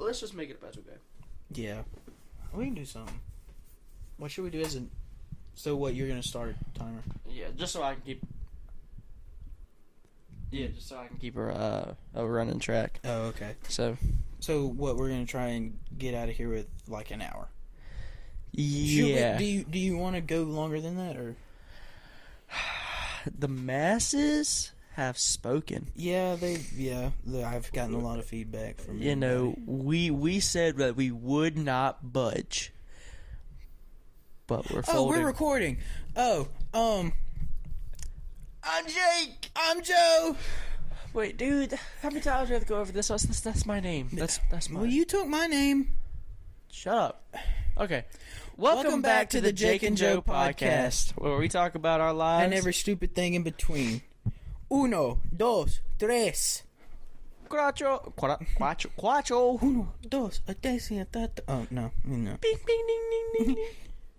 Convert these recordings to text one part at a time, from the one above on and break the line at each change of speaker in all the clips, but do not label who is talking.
let's just make it a better game.
Yeah. We can do something. What should we do as an so what you're gonna start a timer?
Yeah, just so I can keep. Yeah, just so I can keep a uh, a running track.
Oh, okay.
So
So what we're gonna try and get out of here with like an hour. Should we-
yeah,
do you do you wanna go longer than that or
the masses have spoken.
Yeah, they yeah, the, I've gotten a lot of feedback from
You know,
everybody.
we we said that we would not budge, but we're
Oh,
folding.
we're recording. Oh, um I'm Jake. I'm Joe.
Wait, dude, how many times do I have to go over this? That's, that's, that's my name. That's that's my.
Well, you took my name.
Shut up. Okay. Welcome, back, to the Jake and Joe podcast, where we talk about our lives.
and every stupid thing in between. Uno, dos, tres.
Quattro. Quattro. Quattro. quattro.
Uno, dos, a tres y a ta- ta- Oh no, no.
Bing, bing, ding, ding, ding, ding.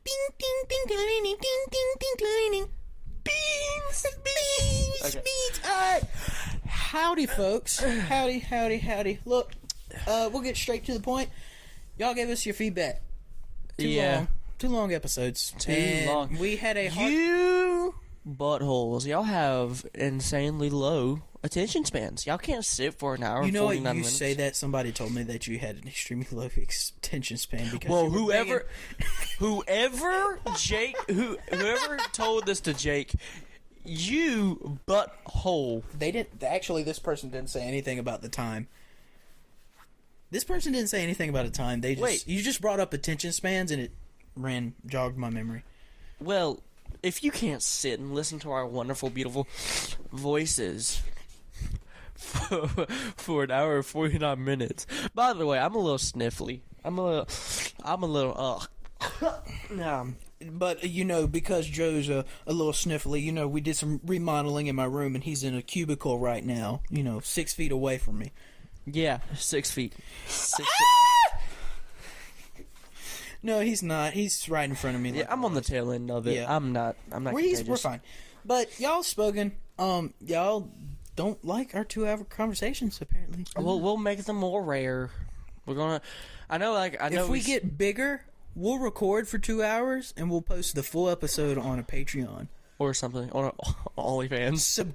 Ding ding ding ding ding ding ding ding. Beans, beans,
Okay.
beans. All right. Howdy, folks. Howdy, howdy, howdy. Look, uh, we'll get straight to the point. Y'all gave us your feedback. Too
Yeah.
long. Too long episodes.
Too
And
long.
We had a hard
You buttholes. Y'all have insanely low attention spans. Y'all can't sit for an hour
You
and
know what?
49
You
minutes.
say that somebody told me that you had an extremely low extension span because.
well,
you were
whoever,
banging-
whoever Jake, who whoever told this to Jake, you butthole.
they didn't actually. This person didn't say anything about the time. This person didn't say anything about a time. They just
Wait.
you just brought up attention spans and it ran jogged my memory.
Well, if you can't sit and listen to our wonderful, beautiful voices for, for an hour and forty nine minutes. By the way, I'm a little sniffly. I'm a little. I'm a little. uh, Ugh.
Um, but you know, because Joe's a, a little sniffly, you know, we did some remodeling in my room and he's in a cubicle right now. You know, six feet away from me.
Yeah, six feet. Six
No, he's not. He's right in front of me.
feet. Yeah, I'm on the tail end of it.
Yeah.
I'm not. I'm not.
We're, he's, we're
contagious.
fine. But y'all spoken. Um, y'all don't like our two hour conversations apparently.
We'll we'll make them more rare. We're gonna. I know. Like I know.
if we
s-
get bigger, we'll record for two hours and we'll post the full episode on a Patreon.
or something on our- OnlyFans.
Sub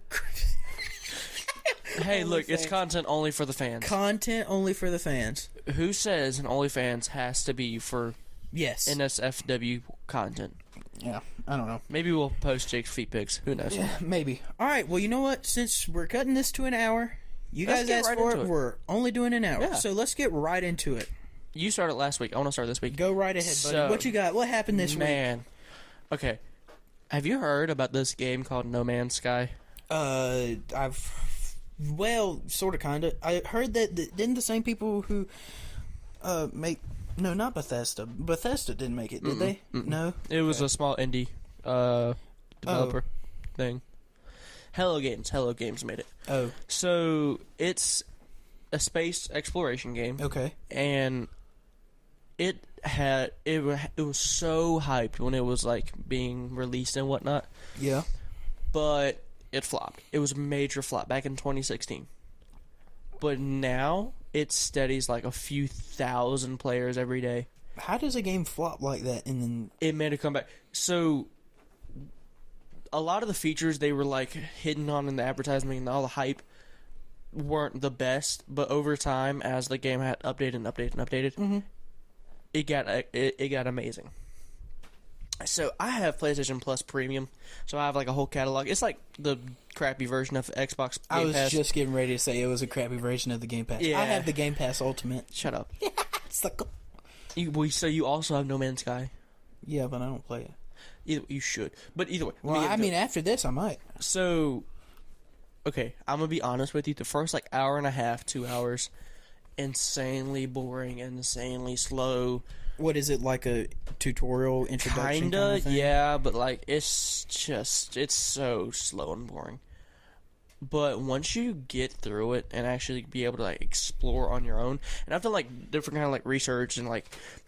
Hey, look, it's
OnlyFans.
content only for the fans.
content only for the fans.
Who says an OnlyFans has to be for
Yes.
uh, NSFW content?
yeah. I don't know.
Maybe we'll post Jake's feet pics. Who knows?
Maybe. All right. Well, you know what? Since we're cutting this to an hour, you
Let's
guys
get
asked
right
for it.
into it.
We're only doing an hour,
Yeah.
so let's get right into it.
You started last week. I want to start this week.
Go right ahead, buddy.
So-
what you got? What happened this week?
Man, okay. Have you heard about this game called No Man's Sky?
Uh, I've well, sort of, kind of. I heard that the, didn't the same people who uh make no, not Bethesda. Bethesda didn't make it, did they? No.
It was a small indie
Oh.
uh, developer thing. Hello Games. Hello Games made it.
Oh,
So it's a space exploration game,
okay.
and it had it wa- it was so hyped when it was like being released and whatnot,
Yeah.
but it flopped. It was a major flop back in 2016. But now it steadies like a few thousand players every day.
How does a game flop like that and then
it made a comeback. So a lot of the features they were like hidden on in the advertisement and all the hype weren't the best, but over time as the game had updated and updated and updated,
Mm-hmm.
it got uh, it, it got amazing. So I have PlayStation Plus Premium, so I have like a whole catalog. It's like the crappy version of Xbox Game
I was
Pass.
just getting ready to say it was a crappy version of the Game Pass.
Yeah.
I have the Game Pass Ultimate.
Shut up.
Sucker.
You, well, so you also have No Man's Sky.
Yeah, but I don't play it.
Either, you should, but either way. let me
Well,
get
I
into
mean, after this, I might.
So, okay, I'm gonna be honest with you. The first like hour and a half, two hours, insanely boring, insanely slow.
What is it like a tutorial introduction?
Kinda,
kinda thing?
yeah, but like it's just it's so slow and boring. But once you get through it and actually be able to like explore on your own, and I've done like different kind of like research and like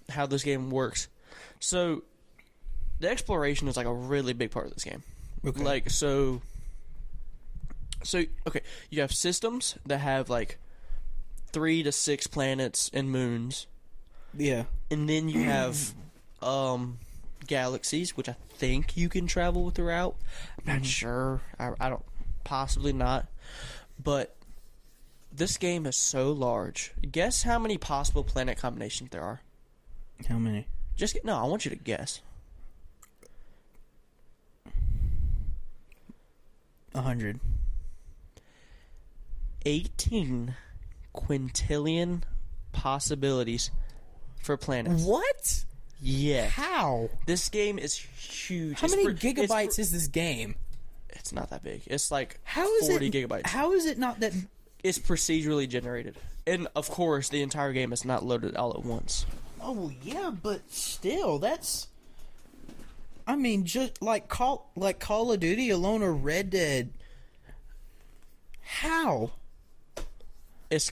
how this game works. So, the exploration is like a really big part of this game.
Okay.
Like so so okay, you have systems that have like three to six planets and moons,
Yeah.
and then you have um, galaxies, which I think you can travel with the route. I'm
Mm-hmm.
not sure. I, I don't. Possibly not. But this game is so large. Guess how many possible planet combinations there are.
How many?
Just no. I want you to guess.
A hundred.
18 quintillion possibilities for planets.
What?
Yeah.
How?
This game is huge.
How
It's
many
for- it's for-
gigabytes is this game?
It's not that big. It's like
How is
40
it?
gigabytes.
How is it not that?
it's procedurally generated. And of course, the entire game is not loaded all at once.
Oh well, yeah, but still, that's. I mean, just like call like Call of Duty alone or Red Dead. How?
It's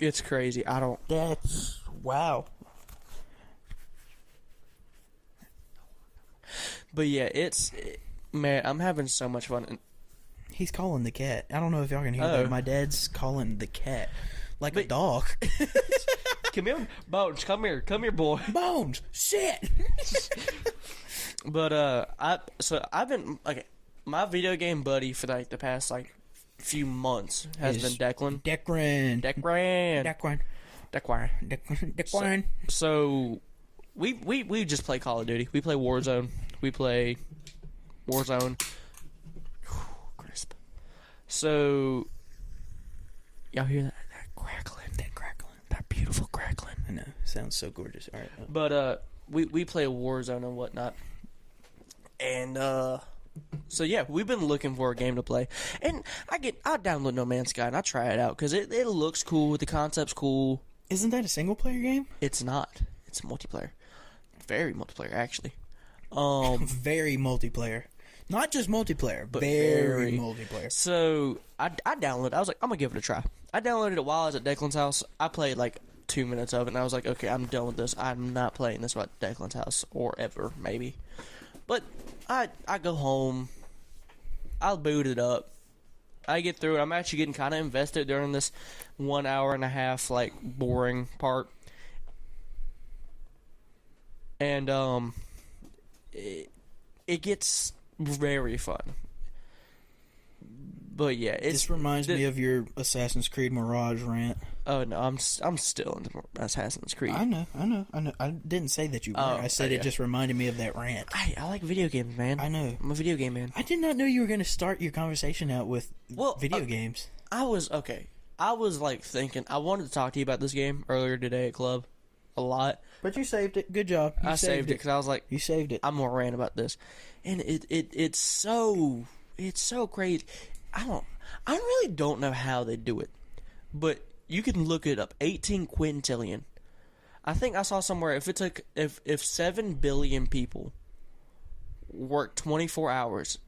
it's crazy. I don't
That's wow.
But yeah, it's man, I'm having so much fun. And
He's calling the cat. I don't know if y'all can hear
Oh.
that. My dad's calling the cat like a dog.
Come here, Bones. Come here. Come here, boy.
Bones, shit.
But uh, I so I've been okay. My video game buddy for like the past like few months has
Is-
been Declan.
Declan.
Declan.
Declan.
Declan.
Declan. Declan.
So we we we just play Call of Duty. We play Warzone. We play Warzone. Crisp. So y'all hear that, that crackling,
That crackling.
that beautiful crackling.
I know. Sounds so gorgeous. All right. uh,
But uh, we we play Warzone and whatnot, and uh, so yeah, we've been looking for a game to play, and I get I download No Man's Sky and I try it out because it it looks cool, the concept's cool.
Isn't that a single player game?
It's not, it's multiplayer, very multiplayer actually. Um,
Very multiplayer. Not just multiplayer, but
very.
very, multiplayer.
so I I downloaded. I was like, I'm gonna give it a try. I downloaded it while I was at Declan's house. I played like two minutes of it, and I was like, okay, I'm done with this. I'm not playing this at Declan's house or ever maybe. But I I go home. I'll boot it up. I get through it. I'm actually getting kind of invested during this one hour and a half like boring part. And um, it, it gets very fun. But yeah, it's
This reminds
the-
me of your Assassin's Creed Mirage rant.
Oh no, I'm s- I'm still in Assassin's Creed.
I know, I know, I know. I didn't say that you were.
Oh,
I said
yeah.
it just reminded me of that rant.
I, I like video games, man.
I know.
I'm a video game man.
I did not know you were going to start your conversation out with
Well,
video
uh,
games.
I was okay. I was like thinking I wanted to talk to you about this game earlier today at club, a lot.
But you saved it. Good job. You
I saved it because I was like,
You saved it.
I'm gonna rant about this, and it, it it's so it's so crazy. I don't I really don't know how they do it, but you can look it up. 18 quintillion. I think I saw somewhere if it took if if seven billion people worked 24 hours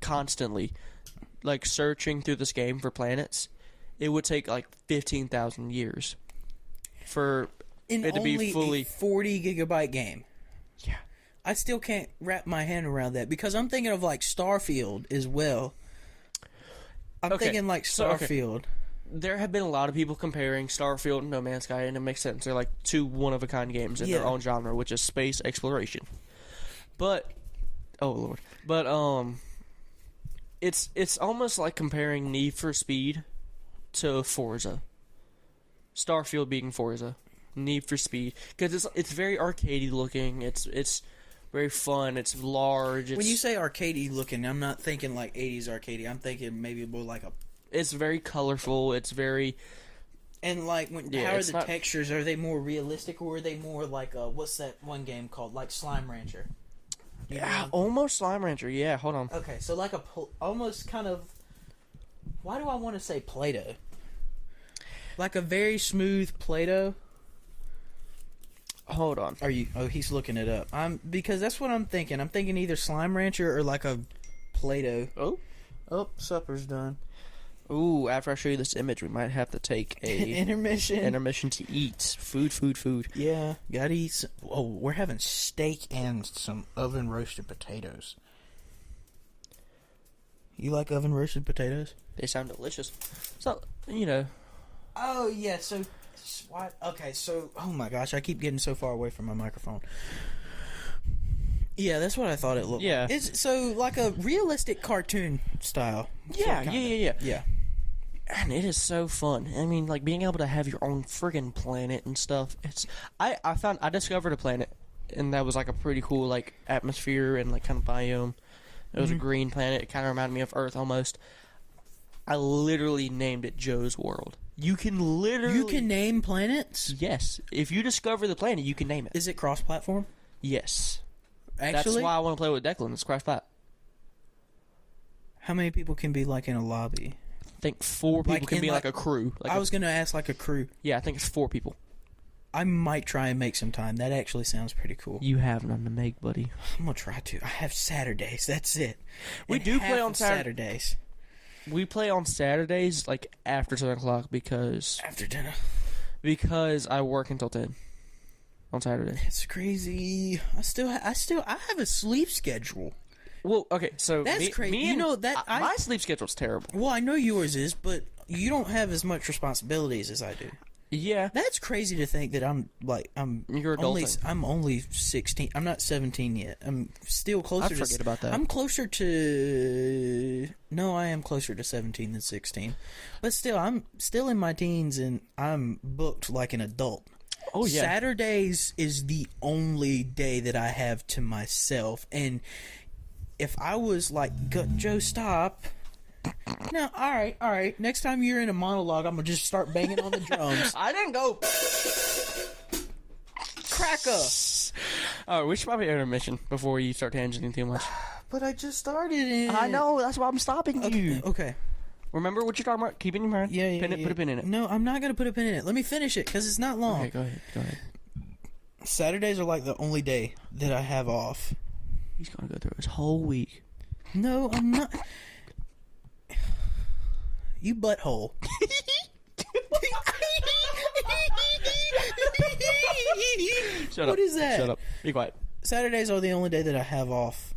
constantly, like searching through this game for planets, it would take like 15,000 years for
In
it to
only
be fully
a 40 gigabyte game.
yeah.
I still can't wrap my hand around that because I'm thinking of like Starfield as well. I'm
Okay,
thinking like
so, okay.
Starfield.
there have been a lot of people comparing Starfield and No Man's Sky, and it makes sense. They're like two one of a kind games in their
Yeah.
own genre, which is space exploration. But oh lord, but um, it's it's almost like comparing Need for Speed to Forza. Starfield beating Forza, Need for Speed, because it's it's very arcadey looking. It's it's very fun. It's large. It's,
When you say arcadey looking, I'm not thinking like 80s arcadey. I'm thinking maybe more like a
it's very colorful. It's very
and like when
Yeah,
how are
it's
the
not-
textures? Are they more realistic or are they more like uh what's that one game called like Slime Rancher? You know
ah, almost Slime Rancher. Yeah, hold on.
Okay, so like a pl- almost kind of. Why do I want to say Play-Doh? Like a very smooth Play-Doh.
Hold on.
Are you? Oh, he's looking it up. I'm because that's what I'm thinking. I'm thinking either Slime Rancher or like a Play-Doh.
Oh.
Oh, supper's done.
Ooh, after I show you this image, we might have to take a
Intermission.
intermission to eat food, food, food.
yeah, gotta eat. Some- oh, we're having steak and some oven roasted potatoes. You like oven roasted potatoes?
They sound delicious. So you know,
Oh yeah, so SWAT. Okay, so oh my gosh, I keep getting so far away from my microphone. Yeah, that's what I thought it looked.
Yeah.
like. it's so like a realistic cartoon style.
Yeah,
Sort of,
yeah,
kinda.
yeah, yeah.
yeah.
And it is so fun. I mean, like being able to have your own friggin' planet and stuff. It's I I found I discovered a planet, and that was like a pretty cool like atmosphere and like kind of biome. It was a green planet. It kind of reminded me of Earth almost. I literally named it Joe's World. You can literally
You can name planets.
yes. If you discover the planet, you can name it.
Is it cross-platform?
Yes,
Actually,
that's why I want to play with Declan. It's Crash Flat.
how many people can be like in a lobby?
I think four people
Like
can
in,
be like,
like-
a crew. Like
I
a-
was gonna ask like a crew.
yeah, I think it's four people.
I might try and make some time. That actually sounds pretty cool.
You have none to make, buddy.
I'm gonna try to. I have Saturdays. That's it.
We
And
do
half
play on
of
Satur-
Saturdays
We play on Saturdays, like after seven o'clock, because
after dinner.
because I work until ten on Saturday.
It's crazy. I still, ha- I still, I have a sleep schedule.
Well, okay, so
That's
me-
crazy.
me
You
and-
know, that-
I-
I-
my sleep schedule's terrible.
Well, I know yours is, but you don't have as much responsibilities as I do.
Yeah,
That's crazy to think that I'm like I'm.
You're
only,
adulting.
I'm only sixteen. I'm not seventeen yet. I'm still closer. to,
forget about that.
I'm closer to. No, I am closer to seventeen than sixteen, but still, I'm still in my teens and I'm booked like an adult.
Oh, yeah.
Saturdays is the only day that I have to myself, and if I was like, "Go- Joe, stop. No, all right, all right. Next time you're in a monologue, I'm gonna just start banging on the drums.
I didn't go.
Cracker.
Oh, we should probably intermission before you start tangenting too much.
But I just started in.
I know that's why I'm stopping you.
Okay.
Remember what you're talking about. Keep it in your mind.
Yeah, yeah.
Pin it.
yeah.
Put a pin in it.
No, I'm not gonna put a pin in it. Let me finish it because it's not long.
Okay, go ahead. Go ahead.
Saturdays are like the only day that I have off.
He's gonna go through his whole week.
No, I'm not. You butthole.
Shut up.
What is that?
Shut up. Be quiet.
Saturdays are the only day that I have off.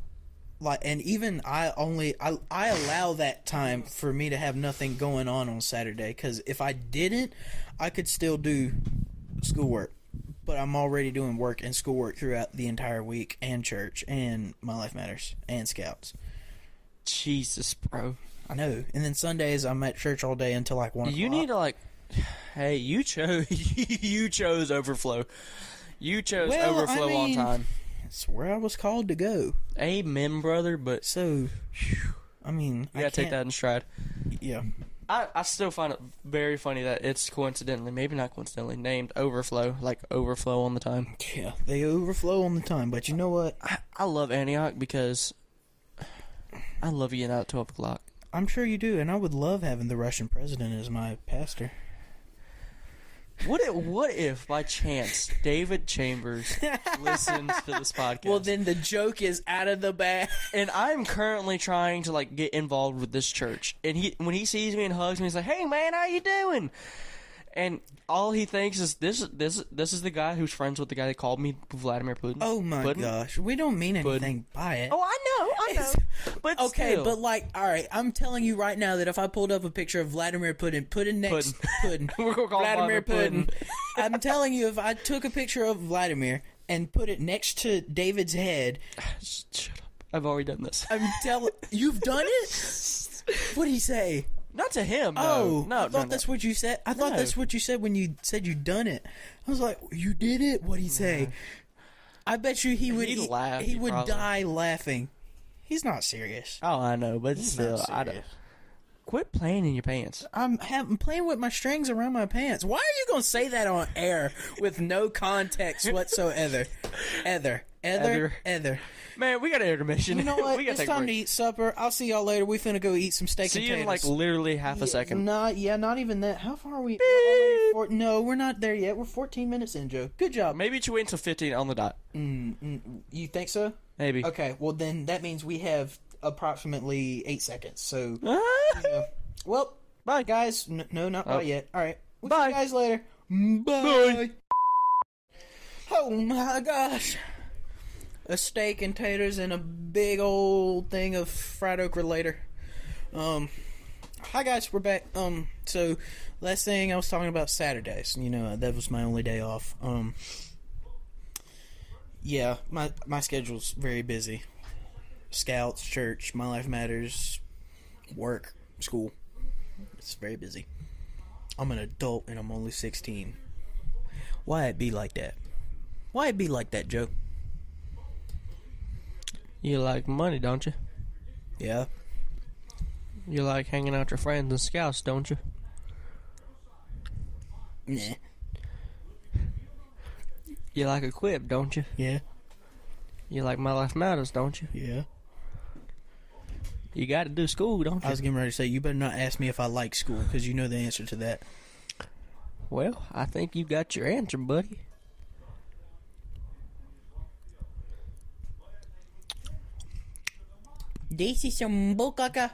Like, and even I only I I allow that time for me to have nothing going on on Saturday because if I didn't, I could still do schoolwork. But I'm already doing work and schoolwork throughout the entire week, and church, and my life matters, and scouts.
Jesus, bro.
I know. And then Sundays, I'm at church all day until like one.
You
o'clock.
need to like, hey, you chose you chose overflow. You chose
Well, I
overflow
mean-
on time.
It's where I was called to go.
Amen, brother. But
So, I mean,
you
I
gotta take
can't-
that in stride.
Yeah.
I, I still find it very funny that it's coincidentally, maybe not coincidentally, named overflow like overflow on the time.
Yeah, they overflow on the time, but you know what?
I, I love Antioch because I love you out at twelve o'clock.
I'm sure you do, and I would love having the Russian president as my pastor.
What if, what if by chance David Chambers listens to this podcast?
then the joke is out of the bag.
and I'm currently trying to like get involved with this church. And he when he sees me and hugs me, he's like, "Hey man, how you doing?" And all he thinks is this this this is the guy who's friends with the guy that called me Vladimir Putin.
Oh my
Putin?
gosh, we don't mean anything by it.
Oh, I know, I know. But
okay,
still.
but like, all right, I'm telling you right now that if I pulled up a picture of Vladimir Putin, Putin next Putin,
We're gonna call him
Vladimir
Vladimir
Putin. I'm telling you, if I took a picture of Vladimir and put it next to David's head,
shut up. I've already done this.
I'm telling you've done it. What do you say?
Not to him. No.
Oh,
no,
I
no,
thought
no.
that's what you said. I thought
No.
that's what you said when you said you done it. I was like, you did it. What would he say? I bet you he would.
He'd
He,
laugh,
he would
probably.
die laughing. He's not serious.
Oh, I know, but still, I don't. Quit playing in your pants.
I'm, have, I'm playing with my strings around my pants. Why are you gonna say that on air with no context whatsoever? Ether, ether,
Ether.
ether.
Man, we got an intermission.
You know what?
we gotta
it's
take a
time to
break.
eat supper. I'll see y'all later. We finna go eat some steak
See
and
you
potatoes.
in like literally half a second.
Not yeah, not even that. How far are we? We're already four- no, we're not there yet. We're 14 minutes in, Joe. Good job.
Maybe you should wait until 15 on the dot.
You think so?
Maybe.
Okay, well then that means we have approximately eight seconds. So,
Ah!
uh, well,
Bye.
guys. N- no, not
Oh.
bye yet. All right. We'll
Bye.
See you guys later. Bye.
Bye.
Oh my gosh. A steak and taters and a big old thing of fried okra later. Um, Hi guys, we're back. Um, so last thing I was talking about Saturdays. You know that was my only day off. Um, yeah, my my schedule's very busy. Scouts, church, my life matters, work, school. It's very busy. I'm an adult and I'm only 16. Why it be like that? Why it be like that, Joe?
You like money, don't you?
Yeah.
You like hanging out with your friends and scouts, don't you?
Nah.
You like a quip, don't you?
Yeah.
You like My Life Matters, don't you?
Yeah.
You got to do school, don't you?
I was getting ready to say you better not ask me if I like school because you know the answer to that.
well, I think you got your answer, buddy.
This is some bukaka.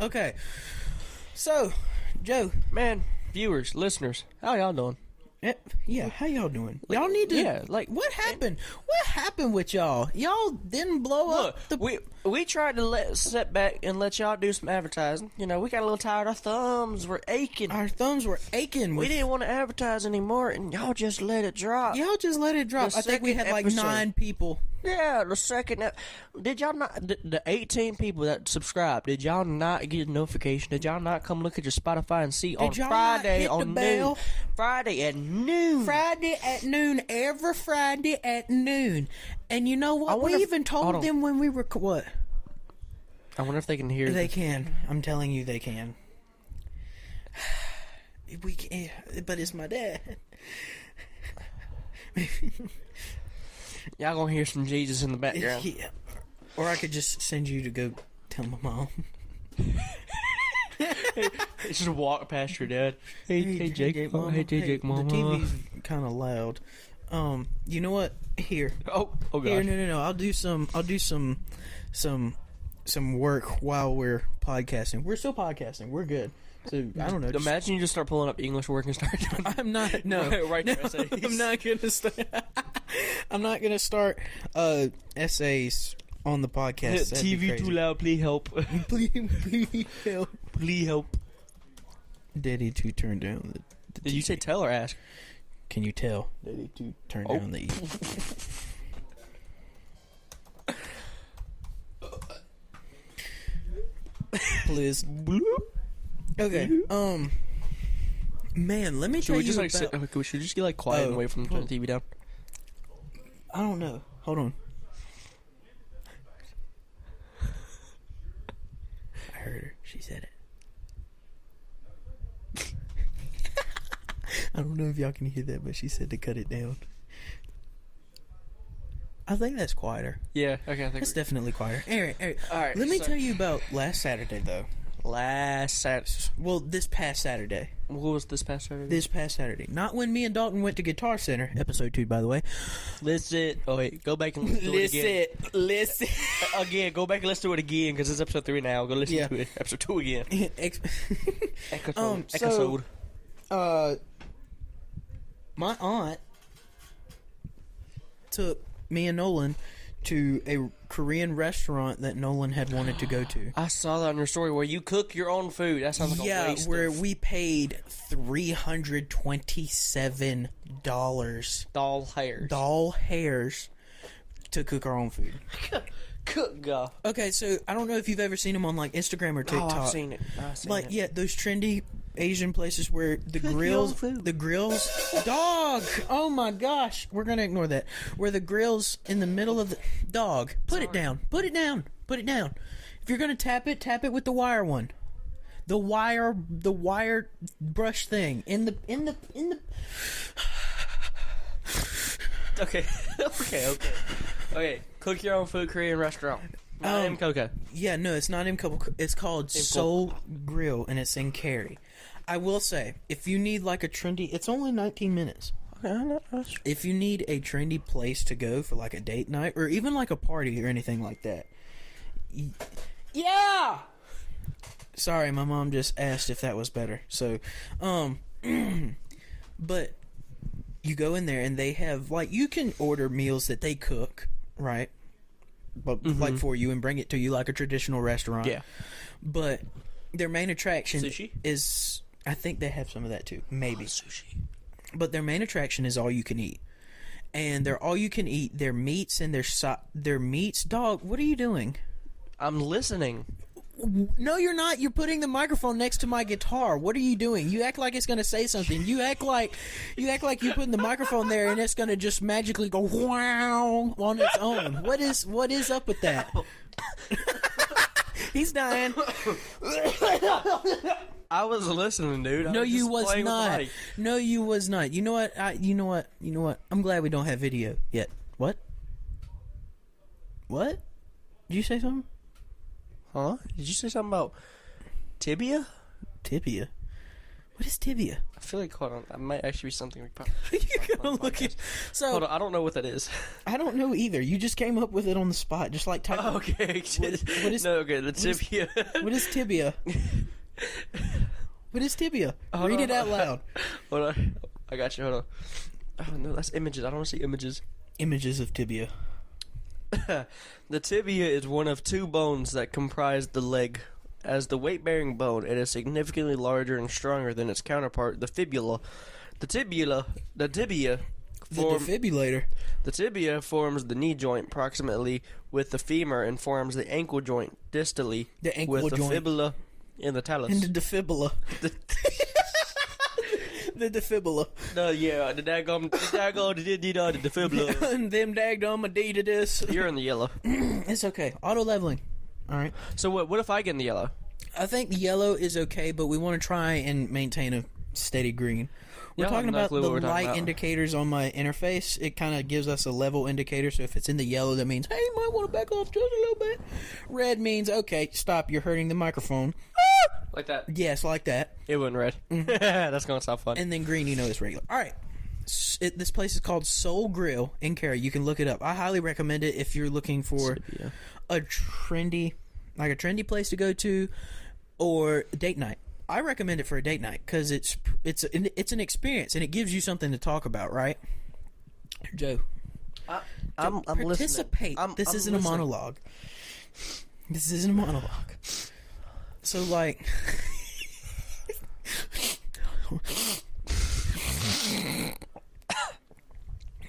okay. So, Joe.
Man, viewers, listeners, how y'all doing?
eh, Yeah, how y'all doing? Y'all need to.
yeah, like-
what happened? What happened with y'all? Y'all didn't blow
Look,
up the.
we we tried to let sit back and let y'all do some advertising. You know, we got a little tired. Our thumbs were aching.
our thumbs were aching.
we
With,
didn't want to advertise anymore, and y'all just let it drop.
y'all just let it drop.
The
I think we
second
had like
episode.
nine people.
Yeah, the second. ep- Did y'all not the, the eighteen people that subscribed? Did y'all not get a notification? Did y'all not come look at your Spotify and see on
y'all not
Friday
hit the
on noon?
bell?
Friday at noon.
Friday at noon, every Friday at noon. And you know what?
wonder
We
if-
even
hold on.
told them when we were. What?
I wonder if they can hear.
They can. I'm telling you, they can. We can, eh, but it's my dad.
y'all gonna hear some Jesus in the
Yeah.
background.
Or I could just send you to go tell my mom.
It's just walk past your dad. Hey, hey, Jake, mom. Hey, hey, Jake, mama.
The TV's kind of loud. Um, you know what? Here,
Oh, oh
here.
gosh.
No, no, no. I'll do some. I'll do some, some, some work while we're podcasting. We're still podcasting. We're good. So I don't know. just-
Imagine you just start pulling up English work and start doing.
I'm not no
Right- right
no,
to essays.
I'm not gonna start. I'm not gonna start uh, essays on the podcast. That'd be
TV
crazy.
too loud. Please help.
Please, please help.
please help.
Daddy two turn down the. the
Did you
TV.
say tell or ask?
Can you tell? Daddy two turn
Oh.
down the. E. Please. Okay. Um. Man, let me
Should
tell
we just
you
like
about-
sit? Should we just get like quiet and
Oh.
away from turn the TV down?
I don't know. Hold on. I heard her. She said it. I don't know if y'all can hear that, but she said to cut it down. I think that's quieter.
Yeah. Okay. I think.
That's definitely quieter. Anyway, anyway,
All right,
Let me
so-
tell you about last Saturday, though.
last Saturday.
Well, this past Saturday.
What was this past Saturday?
This past Saturday. Not when me and Dalton went to Guitar Center. Episode 2, by the way.
listen. Oh wait, go back and listen to it again.
Listen.
Again, go back and listen to it again because it's episode three now. Go listen
Yeah.
to it. Episode two again.
Ex-
Episode.
Um, so-
episode.
uh, my aunt took me and Nolan to a Korean restaurant that Nolan had wanted to go to.
I saw that on your story where you cook your own food. That sounds like a
yeah,
waste.
where
of
we paid three hundred twenty-seven dollars,
doll hairs.
doll hairs, to cook our own food.
Cook go.
Okay, so I don't know if you've ever seen them on like Instagram or
Oh,
TikTok.
I've seen it. I've seen
like
it.
yeah, those trendy Asian places where the
your
grills,
own food.
the grills, dog. Oh my gosh, we're gonna ignore that. Where the grills in the middle of the dog. Put it down. Put it down. Put it down. If you're gonna tap it, tap it with the wire one. The wire, the wire brush thing in the in the in the.
Okay. okay. Okay. Okay. Cook your own food Korean restaurant. My name Coco.
Yeah, no, it's not in couple. It's called Soul Grill, and it's in Cary. I will say, if you need like a trendy, it's only 19 minutes.
Okay, I know. that's-
if you need a trendy place to go for like a date night or even like a party or anything like that. y- Yeah. Sorry, my mom just asked if that was better. So, um but you go in there and they have like you can order meals that they cook, right? but like for you and bring it to you like a traditional restaurant.
Yeah.
But their main attraction
Sushi? Oh,
is I think they have some of that too, maybe.
Sushi.
But their main attraction is all you can eat. And they're all you can eat, their meats and their so- their meats. Dog, what are you doing?
I'm listening.
No, you're not. You're putting the microphone next to my guitar. What are you doing? You act like it's going to say something. You act like you act like you're putting the microphone there and it's going to just magically go wow on its own. What is what is up with that? He's dying.
I was listening, dude. I
No,
was
you
just
was
playing with the
not.
mic.
No, you was not. You know what? I, you know what? You know what? I'm glad we don't have video yet. What? What? Did you say something?
Huh? Did you say something about tibia?
Tibia. What is tibia?
I feel like hold on, that might actually be something we probably.
You're gonna look at. So
Hold on, I don't know what that is.
I don't know either. You just came up with it on the spot, just like type.
okay,
what is-
no? Okay, the
is-
tibia.
What is tibia? what is tibia?
Hold
Read
on.
it out loud.
hold on, I got you. Hold on. Oh no, that's images. I don't want to see images.
Images of tibia.
The tibia is one of two bones that comprise the leg. As the weight bearing bone, it is significantly larger and stronger than its counterpart, the fibula. The tibula, the tibia,
The
form,
defibrillator.
the tibia forms the knee joint proximately with the femur and forms the ankle joint distally
The ankle
with the
joint.
fibula and the talus.
And the defibula. the defibula.
no, yeah, the daggum, the daggum, the diddy-da, the fibula.
and them dagged on my D to this.
You're in the yellow.
It's okay. Auto leveling. All right.
So what? What if I get in the yellow?
I think yellow is okay, but we want to try and maintain a steady green. We're
Yeah, I have
talking
no
about the
clue what we're
light
talking about.
indicators on my interface. It kind of gives us a level indicator. So if it's in the yellow, that means hey, you might want to back off just a little bit. Red means okay, stop. You're hurting the microphone.
Like that?
Yes, like that.
It wasn't red. That's gonna sound fun.
Mm-hmm. And then green, you know, is regular. All right. S- It, this place is called Soul Grill in Cary. You can look it up. I highly recommend it if you're looking for
Tibia.
a trendy, like a trendy place to go to, or date night. I recommend it for a date night because it's it's an, it's an experience and it gives you something to talk about, right? Joe,
I'm, I'm
participate.
Listening. I'm,
this
I'm
isn't a
listening.
monologue. This isn't a monologue. So like,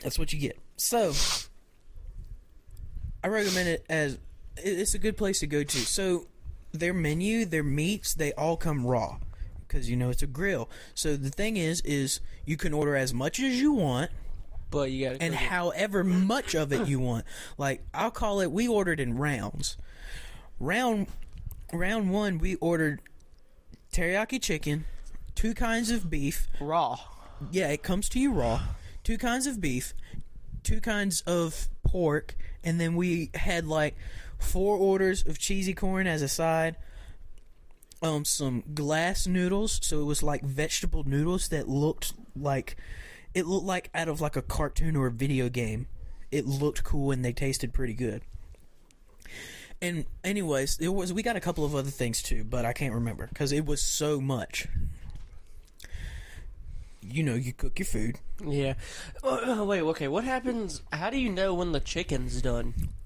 that's what you get. So I recommend it as it- it's a good place to go to. So their menu, their meats, they all come raw because you know it's a grill. So the thing is, is you can order as much as you want
But you gotta.
and
cook it.
however much of it you want. Like I'll call it we ordered in rounds. Round round 1 we ordered teriyaki chicken, two kinds of beef.
raw.
Yeah, it comes to you raw. Two kinds of beef, two kinds of pork, and then we had like four orders of cheesy corn as a side. Um, some glass noodles, so it was like vegetable noodles that looked like it looked like out of like a cartoon or a video game. It looked cool and they tasted pretty good. And anyways, it was we got a couple of other things too, but I can't remember because it was so much. You know, you cook your food.
Yeah. Oh, wait. Okay. What happens? How do you know when the chicken's done?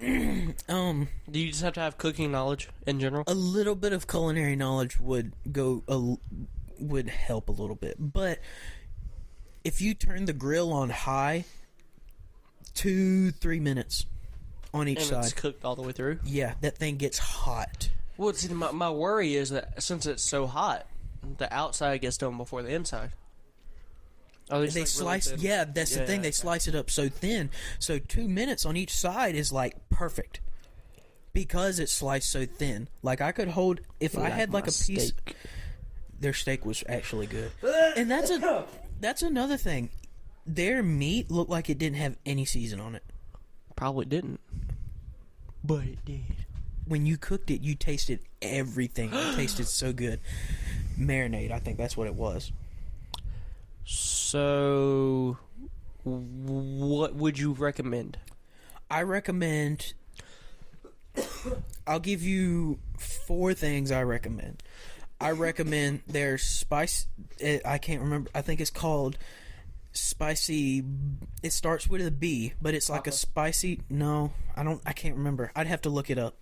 Um, Uh,
Do you just have to have cooking knowledge in general?
a little bit of culinary knowledge would go a, l- would help a little bit but if you turn the grill on high two three minutes on each
and it's
side
cooked all the way through.
yeah that thing gets hot
Well, see, my my worry is that since it's so hot, the outside gets done before the inside. Oh,
they slice yeah that's the
Yeah,
thing
yeah,
they
okay.
slice it up so thin so two minutes on each side is like perfect because it's sliced so thin like i could hold if i had like a piece their steak was actually good. And that's a that's another thing. Their meat looked like it didn't have any season on it.
Probably didn't, but it did.
When you cooked it, you tasted everything. It tasted so good. Marinade, I think that's what it was.
So, what would you recommend?
I recommend I'll give you four things I recommend. I recommend their spice eh, I can't remember. I think it's called spicy. It starts with a B, but it's like a
Taco?
spicy. No, I don't. I can't remember. I'd have to look it up.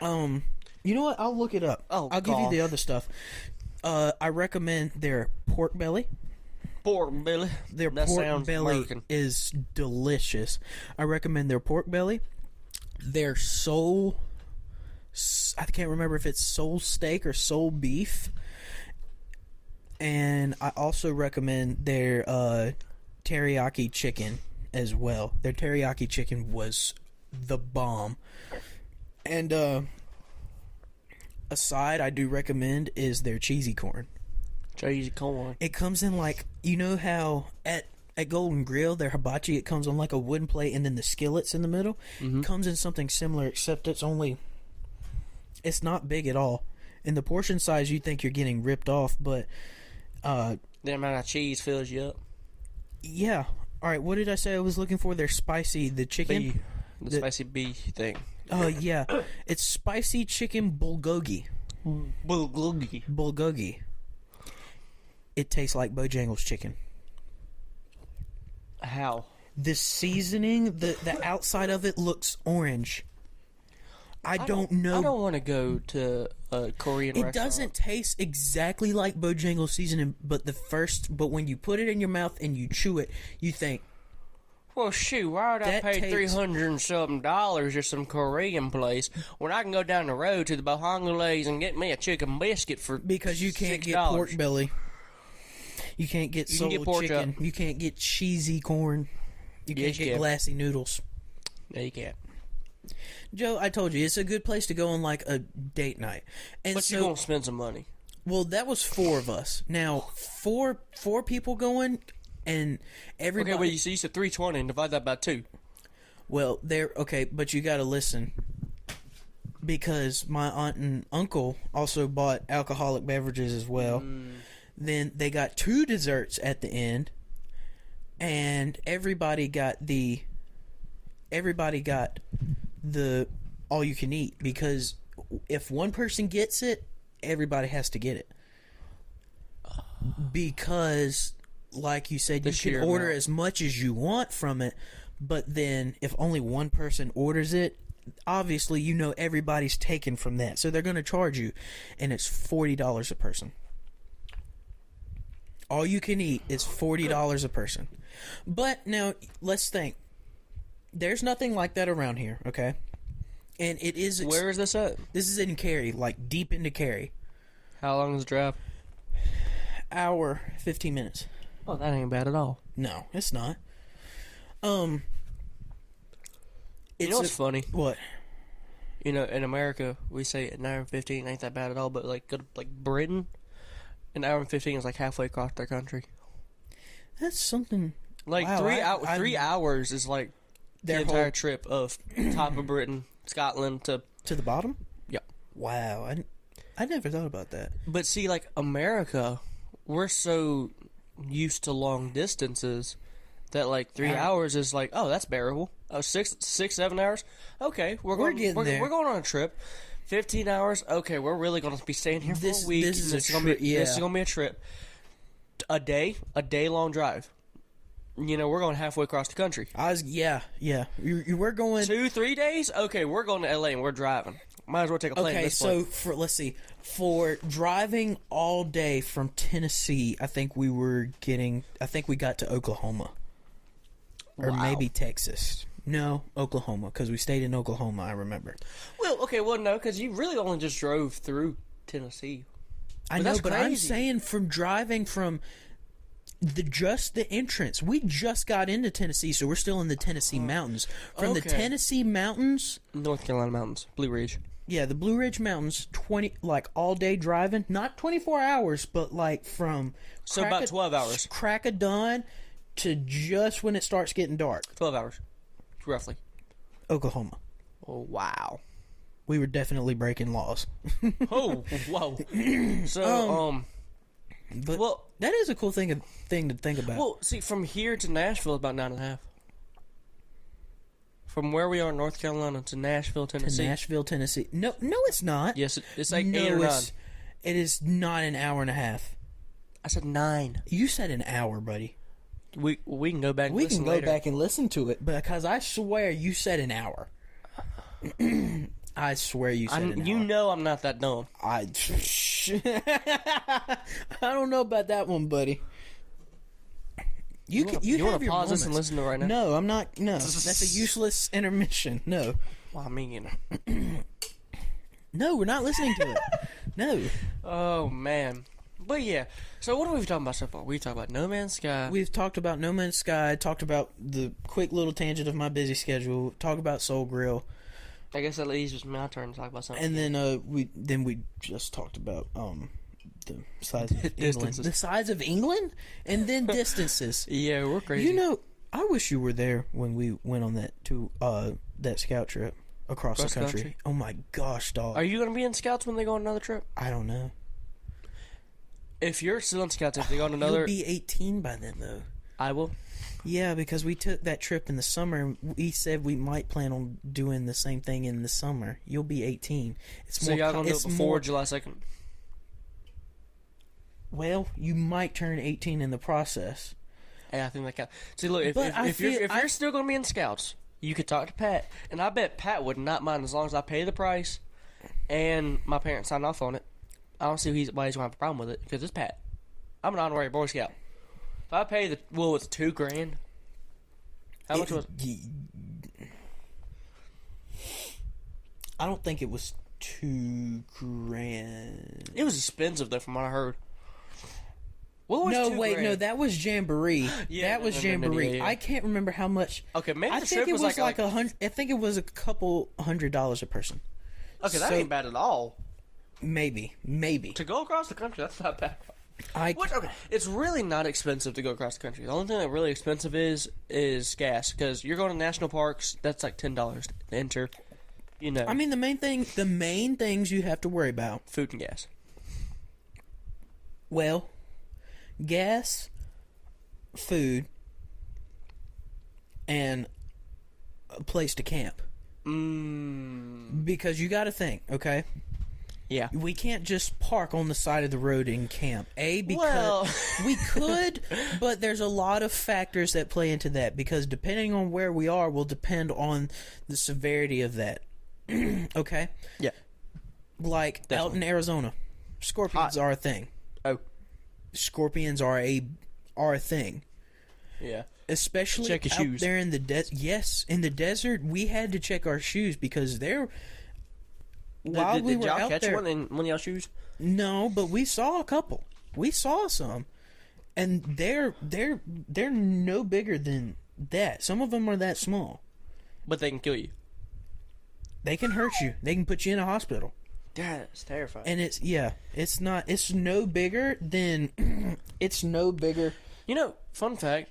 Um, you know what? I'll look it up.
Oh,
I'll give you the
gosh.
other stuff. Uh, I recommend their pork belly.
Pork belly.
Their
that
pork
sounds
belly
American.
is delicious. I recommend their pork belly. Their soul. s- I can't remember if it's soul steak or soul beef. And I also recommend their uh, teriyaki chicken as well. Their teriyaki chicken was the bomb. And uh, a side I do recommend is their cheesy corn
Cheesy corn.
it comes in like you know how at at Golden Grill their hibachi it comes on like a wooden plate and then the skillets in the middle It comes in something similar except it's only it's not big at all and the portion size you think you're getting ripped off but uh
The amount of cheese fills you up.
yeah all right what did I say I was looking for their spicy
B.
the chicken
The,
The-
spicy B thing.
oh yeah it's spicy chicken bulgogi
Bulgogi.
bulgogi it tastes like Bojangles chicken
How?
the seasoning the the outside of it looks orange i, don't, know
I don't want to go to a Korean
Oh, it
restaurant.
doesn't taste exactly like bojangles seasoning but the first but when you put it in your mouth and you chew it you think
Well, shoot, why would I
That
pay
takes-
three hundred and something dollars or some Korean place when I can go down the road to the Bohangales and get me a chicken biscuit for
because you can't
$6.
get pork belly you can't get
You can
soul
get pork
chicken
chop.
you can't get cheesy corn you
Yes,
can't
you
get
can.
glassy noodles
No, you can't.
joe i told you it's a good place to go on like a date night and
But
so
you're gonna spend some money.
Well, that was four of us. Now four four people going, and everybody.
Okay, well you see, you said three twenty and divide that by two.
well, there. Okay, but you got to listen because my aunt and uncle also bought alcoholic beverages as well.
Mm.
Then they got two desserts at the end, and everybody got the everybody got the all you can eat because if one person gets it, everybody has to get it. Because, like you said, you
sheer
can order
amount.
as much as you want from it, but then if only one person orders it, obviously you know everybody's taken from that. So they're going to charge you, and it's $40 a person. All you can eat is $40 a person. But now, let's think. There's nothing like that around here, okay? And it is. ex-
Where is this at?
this is in Cary, like deep into Cary.
How long is the drive?
Hour, 15 minutes.
Oh, that ain't bad at all.
No, it's not. Um,
You know what's funny?
a, what?
You know, in America we say an hour and fifteen ain't that bad at all, but like go to, like Britain, an hour and fifteen is like halfway across their country.
That's something.
Like
Wow,
three
I-
hours.
I-
Three hours is like
Their
the entire
whole-
trip of top of Britain, Scotland to
to the bottom.
yeah.
Wow, I, I never thought about that.
But see, like America, we're so used to long distances that like three
Yeah.
hours is like oh that's bearable. Oh six six seven hours, okay we're
We're
going
getting
we're,
there.
we're going on a trip. Fifteen hours, okay we're really going to be staying here
This-
for a week.
this is a
It's gonna be-
tri- yeah.
This is going to be a trip. A day, a day long drive. You know we're going halfway across the country.
I was, yeah, yeah. You, you were going.
Two three days, okay we're going to LA and we're driving. Might as well take a plane. at
okay,
this point.
so for let's see, for driving all day from Tennessee, I think we were getting. I think we got to Oklahoma, or
Wow.
maybe Texas. No, Oklahoma, because we stayed in Oklahoma. I remember.
Well, okay, well, no, because you really only just drove through Tennessee.
I
But
know,
that's
but I'm
crazy.
saying from driving from the just the entrance. We just got into Tennessee, so we're still in the Tennessee mountains. From the
Oh. okay.
Tennessee mountains,
North Carolina mountains, Blue Ridge.
yeah, the Blue Ridge Mountains, twenty like all day driving, not 24 hours, but like from
So about
of-
12 hours.
crack of dawn to just when it starts getting dark.
Twelve hours, roughly.
Oklahoma,
Oh wow.
we were definitely breaking laws.
Oh whoa. So um,
But
well
that is a cool thing thing to think about.
well see from here to Nashville is about nine and a half. From where we are in North Carolina to Nashville, Tennessee.
Nashville, Tennessee. No, no, it's not.
yes, it, it's like
no,
eight or nine.
it's, it is not an hour and a half.
I said nine.
You said an hour, buddy.
We we can go back. and
We
listen
can go
later.
back and listen to it.
because I swear you said an hour. I swear you said
I'm-
an
you
hour.
know I'm not that dumb.
I, I don't know about that one, buddy. You, can,
wanna- you
you, have
wanna
your
pause this
moments.
and listen to it right now?
No, I'm not. No, that's a useless intermission. No,
Well, I mean,
no, we're not listening to it. No,
oh man. But yeah. So what are we talking about so far? We talked about No Man's Sky.
we've talked about No Man's Sky. Talked about the quick little tangent of my busy schedule. Talked about Soul Grill,
I guess that leaves just my turn to talk about something.
and then uh, we then we just talked about um the size of England,
Distances.
the size of England, and then distances.
yeah, we're crazy.
You know, I wish you were there when we went on that to uh that scout trip across
Across
the country.
country?
Oh my gosh, dog!
are you gonna be in Scouts when they go on another trip?
I don't know.
If you're still in Scouts, if they go on
You'll
another,
be eighteen by then, though.
I will.
Yeah, because we took that trip in the summer. and We said we might plan on doing the same thing in the summer. You'll be eighteen. It's
So
more.
y'all
co-
gonna do it
it's
before
more-
July second?
well, you might turn eighteen in the process.
Yeah, I think that counts. See, look, if,
But
if,
I
if you're
feel-
if
I-
you're still gonna be in Scouts, you could talk to Pat, and I bet Pat would not mind as long as I pay the price, and my parents sign off on it. I don't see why he's, why he's gonna have a problem with it because it's Pat. I'm an honorary Boy Scout. If I pay the well, it's two grand. How much
It-
was?
y- I don't think it was two grand.
It was expensive though, from what I heard. What was
no,
two
wait, no,
grand?
that was Jamboree.
Yeah,
that
no,
was
no, no, no,
Jamboree.
yeah, yeah.
I can't remember how much.
Okay, maybe
I
the
think
trip
it
was like,
was like
like-
a hundred. I think it was a couple hundred dollars a person.
okay, that
so-
ain't bad at all.
Maybe, maybe.
To go across the country, that's not bad.
I
Which okay, it's really not expensive to go across the country. The only thing that really expensive is is gas because you're going to national parks. That's like ten dollars to enter. You know,
I mean, the main thing, the main things you have to worry about.
food and gas.
Well, gas, food, and a place to camp.
Mm,
Because you got to think, okay?
yeah,
we can't just park on the side of the road and camp. A because
Well-
we could, but there's a lot of factors that play into that because depending on where we are will depend on the severity of that. okay?
yeah.
Like out in Arizona, scorpions are a thing.
Oh,
Scorpions are a are a thing.
yeah.
Especially
Check your
out
shoes.
there in the des yes, in the desert, we had to check our shoes because they're while
did,
we
did
were
y'all
out
catch
there,
one in one of y'all shoes?
No, but we saw a couple. We saw some, and they're they're they're no bigger than that. Some of them are that small.
But they can kill you.
They can hurt you. They can put you in a hospital.
That's terrifying.
And it's yeah, it's not. It's no bigger than. it's no bigger.
you know, fun fact.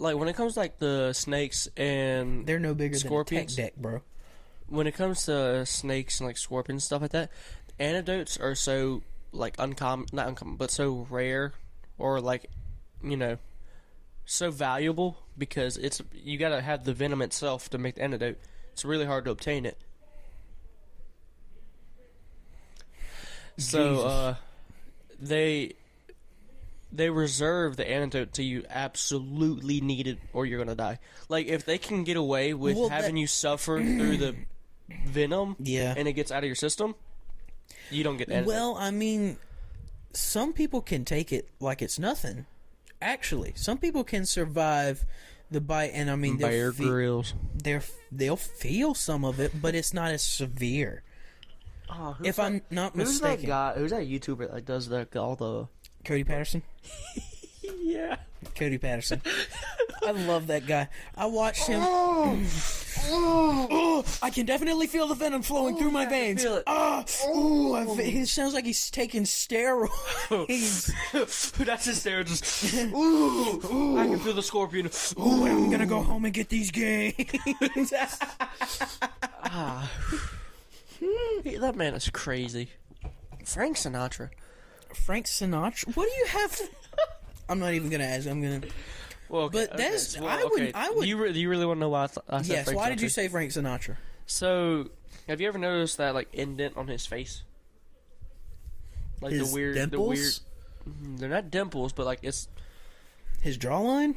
Like when it comes to, like the snakes and
They're no bigger
Scorpions?
than a tech deck, bro.
when it comes to snakes and like scorpions and stuff like that, antidotes are so like uncommon, not uncommon, but so rare, or like you know, so valuable because it's you gotta have the venom itself to make the antidote. It's really hard to obtain it. So
Jesus.
uh, they they reserve the antidote till you absolutely need it, or you're gonna die. Like if they can get away with
Well,
having
that-
you suffer through the venom,
Yeah.
and it gets out of your system, you don't get the antidote.
Well, I mean, some people can take it like it's nothing. Actually, some people can survive the bite, and I mean, they'll
Bear
fe-
grills.
they're they'll feel some of it, but it's not as severe.
Oh,
If I'm not mistaken,
guy? Who's that YouTuber that does the all the?
Cody Patterson.
Yeah.
Cody Patterson. I love that guy. I watched him.
Oh.
Oh, I can definitely feel the venom flowing through my veins.
feel it. Oh.
Ah, ooh, I fe- it sounds like he's taking steroids.
That's his stare. Just ooh, I can feel the scorpion.
ooh, I'm gonna go home and get these games.
Hey, that man is crazy. Frank Sinatra.
Frank Sinatra. What do you have? I'm not even gonna ask. I'm gonna.
Well, okay,
But
okay,
that's-
well,
I would-
okay.
I would-
You, re- you really want to know why I, th- I said
Yes.
Frank
Why did you
Sinatra?
say Frank Sinatra?
So, have you ever noticed that like indent on his face? Like
His
the weird, the
dimples.
weird. They're not dimples, but like it's
His jawline.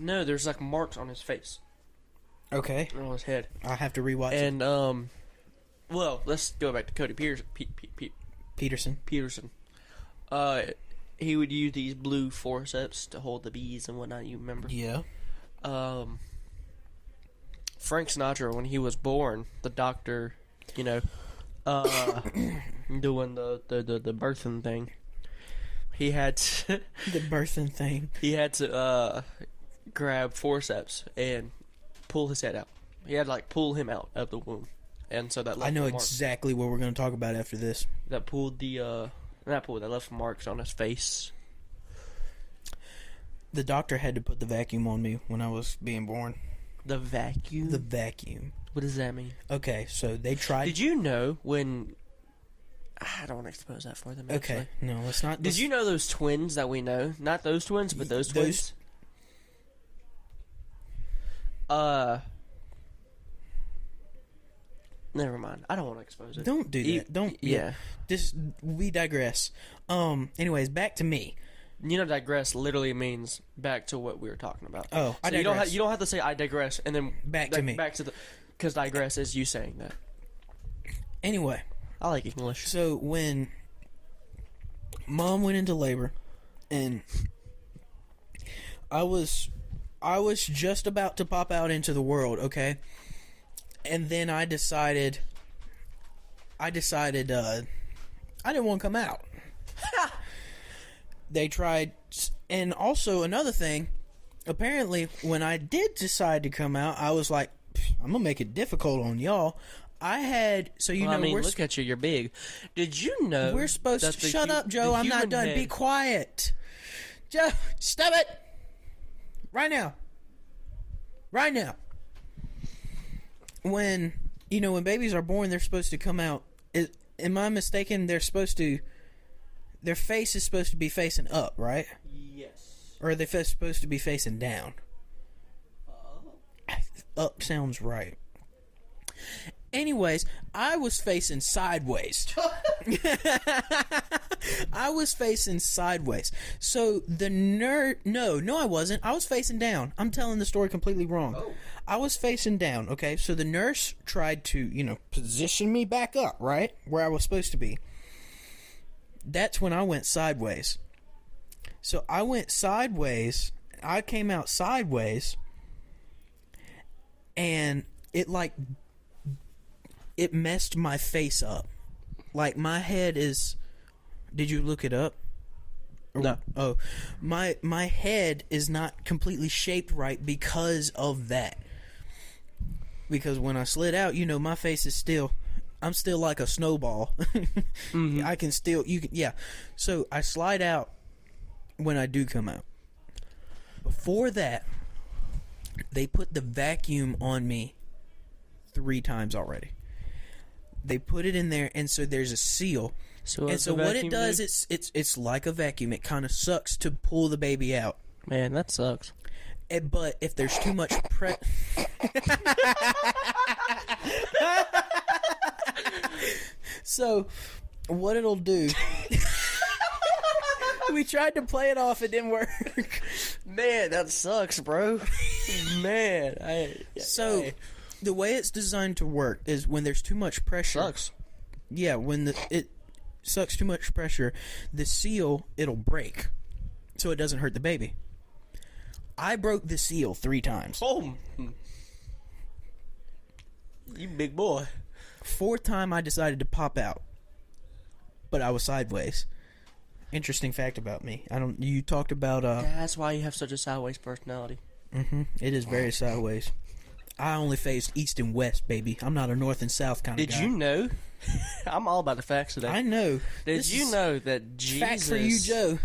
No, there's like marks on his face
Okay.
and on his head.
I'll have to rewatch it.
And um, well, let's go back to Cody Pierce, Pe- Pe- Pe-
Peterson.
Peterson. Uh, he would use these blue forceps to hold the bees and whatnot. You remember?
Yeah.
Um, Frank Sinatra, when he was born, the doctor, you know, uh, doing the the the, the birthing thing. He had to,
The birthing thing.
he had to uh, grab forceps and pull his head out. He had to like pull him out of the womb, and so that left
I know
a mark.
exactly what we're going to talk about after this.
that pulled the uh that pulled that left marks on his face.
The doctor had to put the vacuum on me when I was being born.
The vacuum.
The vacuum.
what does that mean?
Okay, so they tried.
Did you know when? I don't want to expose that for them. Actually.
okay, no, let's not.
Did you know those twins that we know? Not those twins, but those,
Those-
twins. Uh. Never mind. I don't want to expose it.
Don't do
E-
that. Don't.
Yeah.
This we digress. Um. Anyways, back to me.
You know, digress literally means back to what we were talking about.
Oh, I
So you don't have
digress.
you don't have to say I digress and then
Back to
di-
me.
back to the because digress is you saying that.
Anyway,
I like English.
so when mom went into labor, and I was, I was just about to pop out into the world. Okay, and then I decided, I decided, uh, I didn't want to come out. they tried, and also another thing. Apparently, when I did decide to come out, I was like, "Pff, "I'm gonna make it difficult on y'all." I had so you
Well,
know
I mean,
we're
look at you. You're big. Did you know
we're supposed
that
to
the
shut
hu-
up, Joe.
the
I'm not
human
done. Be
head-
quiet, Joe. Stop it right now, right now. When you know when babies are born, they're supposed to come out. Is, am I mistaken? They're supposed to. Their face is supposed to be facing up, right?
Yes.
Or are they fa- supposed to be facing down? Up sounds right. Anyways, I was facing sideways. I was facing sideways. So the nerd. No, no, I wasn't. I was facing down. I'm telling the story completely wrong. I was facing down, okay? So the nurse tried to, you know, position me back up, right? Where I was supposed to be. That's when I went sideways. So I went sideways. I came out sideways, and it like it messed my face up. Like my head is. Did you look it up? Or-
No.
Oh, my my head is not completely shaped right because of that. Because when I slid out, you know, my face is still. I'm still like a snowball. I can still you can yeah. So I slide out when I do come out. Before that, they put the vacuum on me three times already. They put it in there, and so there's a seal.
So
and
what's
so
the
what
vacuum
it does,
do?
it's it's it's like a vacuum. It kind of sucks to pull the baby out.
Man, that sucks.
Eh, But if there's too much pre, so what it'll do? we tried to play it off, it didn't work.
Man, that sucks, bro. Man, I
So the way it's designed to work is when there's too much pressure.
sucks.
Yeah, when the it sucks too much pressure, the seal it'll break. So it doesn't hurt the baby. I broke the seal 3 times.
Oh, mm. you big boy.
Fourth time I decided to pop out. But I was sideways. Interesting fact about me. I don't you talked about uh
That's why you have such a sideways personality.
it is very sideways. I only faced east and west, baby. I'm not a north and south kind
Did
of guy.
you know? I'm all about the facts today.
I know.
Did
This
you
is
know that Jesus?
Fact for you, Joe.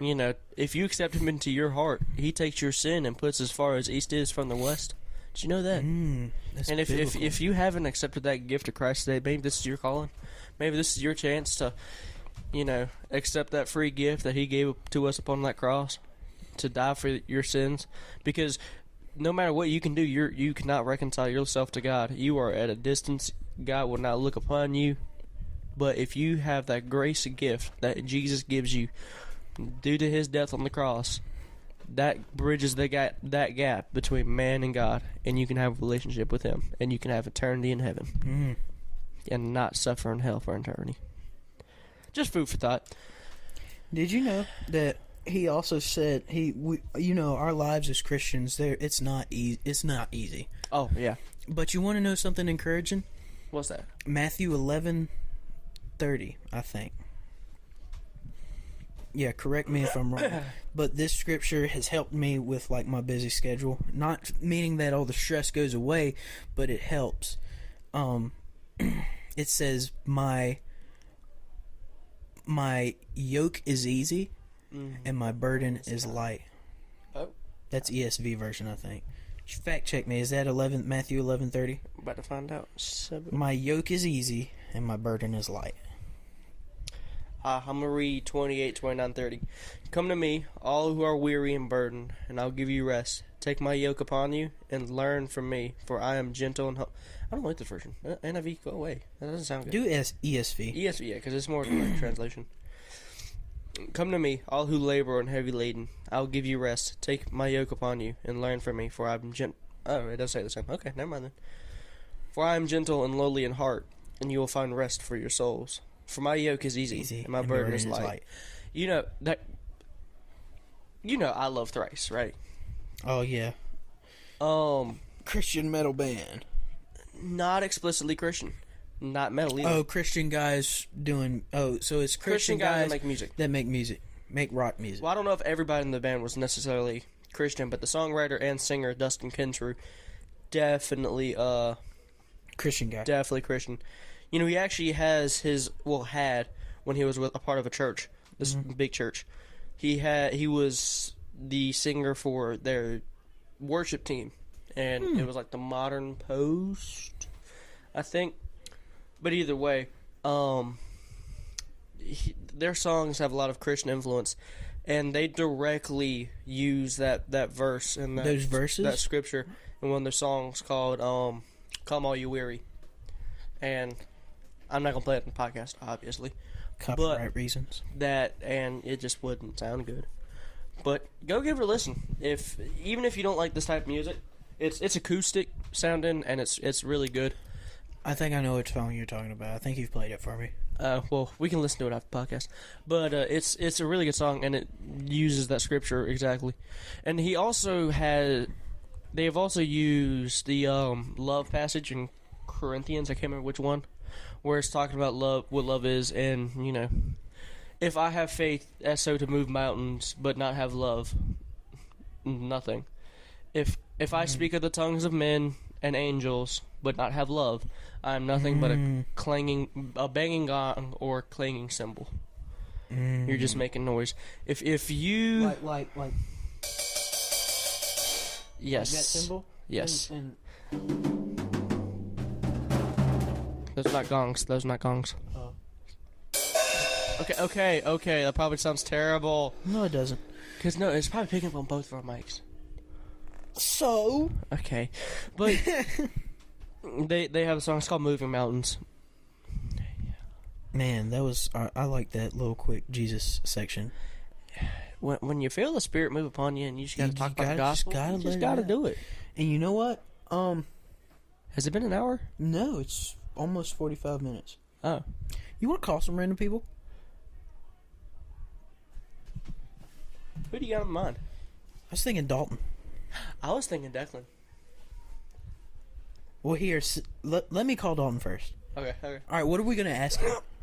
You know, if you accept him into your heart, he takes your sin and puts as far as east is from the west. Did you know that?
Mm, that's
and if, if
biblical.
if you haven't accepted that gift of Christ today, maybe this is your calling. Maybe this is your chance to, you know, accept that free gift that He gave to us upon that cross, to die for your sins. Because no matter what you can do, you you cannot reconcile yourself to God. You are at a distance. God will not look upon you. But if you have that grace gift that Jesus gives you due to His death on the cross, that bridges the gap that gap between man and God, and you can have a relationship with Him, and you can have eternity in heaven,
Mm.
and not suffer in hell for eternity. Just food for thought.
Did you know that he also said he we, you know our lives as Christians there it's not easy it's not easy.
Oh yeah,
But you want to know something encouraging?
what's that?
Matthew eleven thirty, I think. Yeah, correct me if I'm wrong. But this scripture has helped me with like my busy schedule. Not meaning that all the stress goes away, but it helps. Um it says my my yoke is easy and my burden is light.
Oh,
That's ESV version, I think. Fact check me. Is that 11 Matthew 11:30?
about to find out. Seven.
My yoke is easy and my burden is light.
Uh, I'm gonna read 28, 29, 30. Come to me, all who are weary and burdened, and I'll give you rest. Take my yoke upon you and learn from me, for I am gentle and hum- I don't like this version. Uh, NIV, go away. That doesn't sound good.
Do S- ESV.
Yes, yeah, because it's more of a direct translation. Come to me, all who labor and heavy laden. I'll give you rest. Take my yoke upon you and learn from me, for I am gent. Oh, it does say the same. Okay, never mind then. For I am gentle and lowly in heart, and you will find rest for your souls. For my yoke is easy,
Easy.
and my
and
burden, is, light. You know that. You know I love thrice, right?
Oh yeah.
Um,
Christian metal band.
not explicitly Christian, not metal either.
Oh, Christian guys doing Oh, so it's
Christian
Christian,
guys that
guys
make music.
that make music. Make rock music.
Well, I don't know if everybody in the band was necessarily Christian, but the songwriter and singer Dustin Kintrew definitely, uh,
Christian guy.
definitely Christian. You know, he actually has his well had when he was with a part of a church, this big church. He had he was the singer for their worship team, and it was like the Modern Post, I think. But either way, um, he, their songs have a lot of Christian influence, and they directly use that that verse and that,
Those verses?
that scripture in one of their songs called um, "Come All You Weary," and I'm not gonna play it in the podcast, obviously.
Copyright reasons.
That and it just wouldn't sound good. But go give it a listen. If even if you don't like this type of music, it's it's acoustic sounding and it's it's really good.
I think I know which song you're talking about. I think you've played it for me.
uh, well, we can listen to it after the podcast, but uh, it's it's a really good song, and it uses that scripture exactly. And he also had, they have also used the um, love passage in Corinthians. I can't remember which one, where it's talking about love, what love is, and you know, if I have faith as so to move mountains, but not have love, nothing. If if I speak of the tongues of men and angels, but not have love, I am nothing but a
Mm.
clanging a banging gong or clanging cymbal.
Mm.
You're just making noise. If if you
like like like
yes
that symbol.
yes
And,
those not gongs those not gongs.
and, oh.
Okay okay okay that probably sounds terrible.
No, it doesn't.
Cause no it's probably picking up on both of our mics.
So
Okay, but they they have a song it's called Moving Mountains.
Man, that was I, I like that little quick Jesus section.
When, when you feel the spirit move upon you and you just gotta
You
talk about the
gotta- just
gospel,
gotta
you
let
just
it
gotta
out.
do it.
And you know what? Um,
Has it been an hour?
no, it's almost forty five minutes.
Oh.
You want to call some random people?
Who do you got in mind?
I was thinking Dalton.
I was thinking Declan.
Well, here, s- let, let me call Dalton first.
Okay, okay.
All right, what are we gonna ask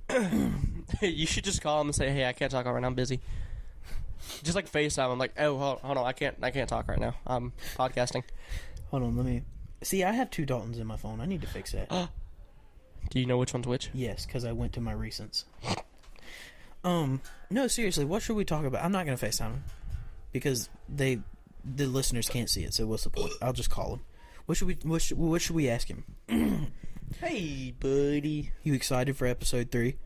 him?
you should just call him and say, "Hey, I can't talk right now. I'm busy." Just like FaceTime, I'm like, "Oh, hold, hold on, I can't, I can't talk right now. I'm podcasting."
Hold on, let me. See, I have two Daltons in my phone. I need to fix that.
Do you know which one's which?
Yes, because I went to my recents. Um, no, seriously, what should we talk about? I'm not gonna FaceTime him because they, the listeners can't see it. So what's the point? I'll just call him. What should we? What should, what should we ask him?
Hey, buddy.
You excited for episode three?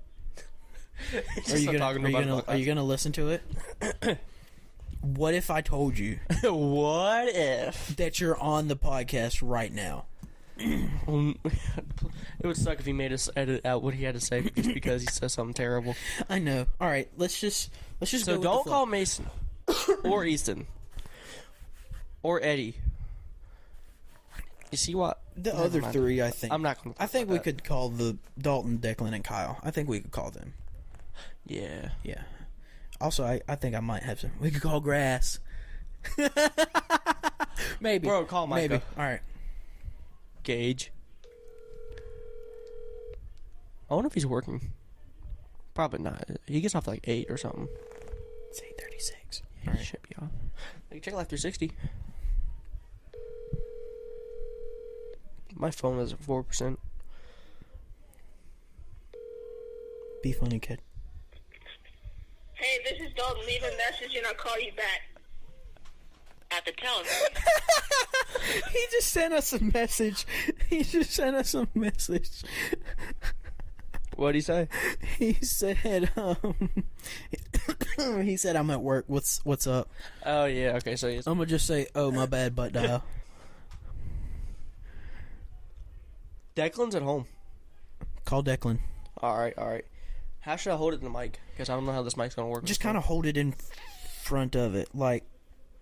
Are you gonna, are you gonna, are you gonna listen to it? what if I told you
gonna? what if?
that you're on the podcast right now?
Um, it would suck if he made us edit out what he had to say just because he says something terrible.
I know. All right, let's just let's just
So
go
don't
with the flow.
call Mason or Easton or Eddie. You see what?
The
Never
other
mind.
three, I think.
I'm not going to.
I think we could call the Dalton, Declan, and Kyle. I think we could call them.
Yeah.
Yeah. Also, I, I think I might have some. We could call grass. Maybe.
Bro, call Micah.
Maybe. All right.
Gage. I wonder if he's working. Probably not. He gets off like eight or something.
It's 836.
Yeah, he should be off. Like, check life 360. My phone is at four percent.
Be funny, kid.
Hey, this is Dalton. Leave a message and I'll call you back. At the telephone.
he just sent us a message. He just sent us a message.
What do you say?
He said, um, he said, I'm at work. What's what's up?
Oh yeah. Okay. So he's
I'm gonna just say, oh my bad, butt dial.
Declan's at home.
Call Declan.
All right. All right. How should I hold it in the mic? Because I don't know how this mic's gonna work.
Just kind of hold it in front of it, like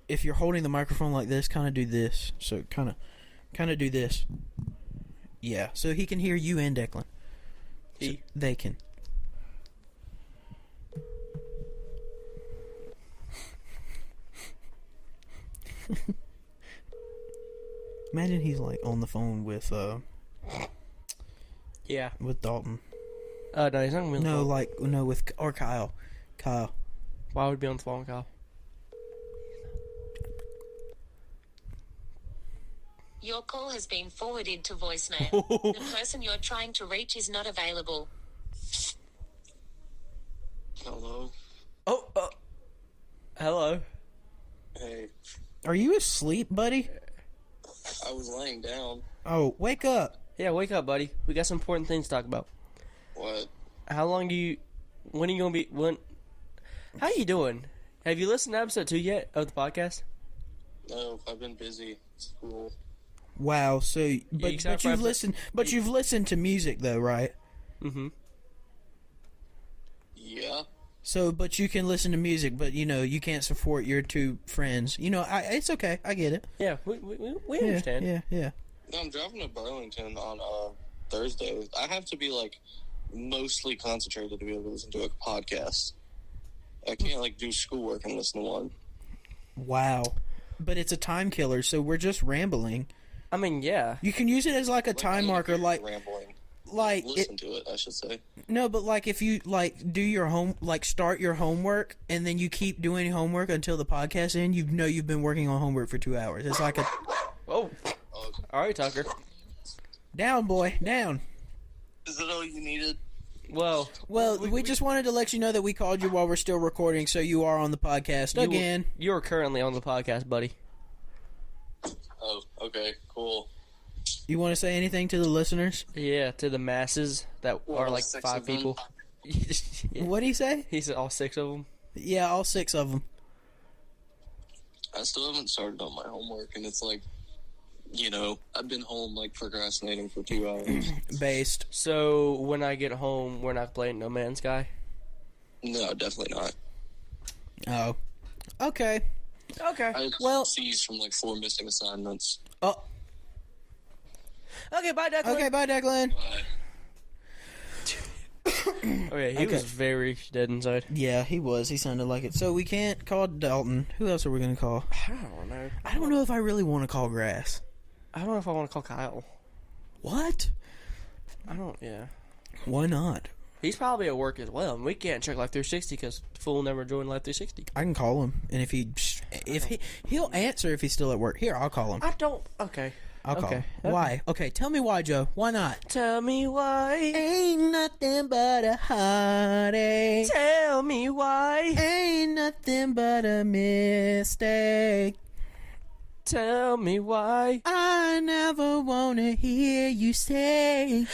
if you're holding the microphone like this, kind of do this. So kind of, kind of do this. Yeah. So he can hear you and Declan.
He.
They can. Imagine he's like on the phone with uh
Yeah.
with Dalton.
Uh, no, he's not gonna be on the
No,
phone.
like no with or Kyle. Kyle.
Why would he be on the phone, Kyle?
Your call has been forwarded to voicemail. the person you're trying to reach is not available.
Hello.
Oh. Uh, hello.
Hey,
Are you asleep, buddy?
I was laying down.
Oh, wake up.
Yeah. Wake up, buddy. We got some important things to talk about.
What?
How long do you? When are you gonna be? When? How you doing? Have you listened to episode two yet of the podcast?
No, I've been busy. School.
Wow, so but,
except
but
for
you've
I've-
listened but you've listened to music though, right?
Mm-hmm.
Yeah.
So, but you can listen to music, but you know you can't support your two friends. You know, I, it's okay. I get it.
Yeah. We we, we, we
Yeah,
understand.
Yeah, yeah.
No, I'm driving to Burlington on uh, Thursday. I have to be like mostly concentrated to be able to listen to a podcast. I can't like do schoolwork and listen to one.
Wow. But it's a time killer, so we're just rambling.
I mean, yeah.
You can use it as like a time marker, like
rambling.
like it,
Listen to it, I should say.
no, but like if you like do your home, like start your homework, and then you keep doing homework until the podcast end. You know you've been working on homework for two hours. It's like a
Oh.
Oh.
All right, Tucker.
down, boy, down.
Is that all you needed?
Well,
Well, we, just wanted to let you know that we called you while we're still recording, so you are on the podcast
you-
again.
you're currently on the podcast, buddy.
Oh, okay, cool.
You want to say anything to the listeners?
Yeah, to the masses that are like
six
five
of them.
people. Yeah.
What do you say?
He said all six of them.
Yeah, all six of them.
I still haven't started on my homework, and it's like, you know, I've been home like procrastinating for two hours.
Based.
So when I get home, we're not playing No Man's Sky.
no, definitely not.
Oh. Okay.
Okay.
I
Well-
well, seized from like four missing assignments.
Oh.
Okay. Bye, Declan.
Okay. Bye, Declan.
Okay. Oh, He was very dead inside.
Yeah, he was. He sounded like it. So we can't call Dalton. Who else are we gonna call?
I don't know.
I don't know if I really want to call Grass.
I don't know if I want to call Kyle.
What?
I don't. Yeah.
Why not?
He's probably at work as well, and we can't check Life 360 because fool never joined Life 360.
I can call him, and if he if he he'll answer if he's still at work. Here, I'll call him.
I don't. Okay.
I'll call
okay.
him. Why? Okay, tell me why, Joe. Why not?
Tell me why.
Ain't nothing but a heartache.
Tell me why.
Ain't nothing but a mistake.
Tell me why.
I never wanna hear you say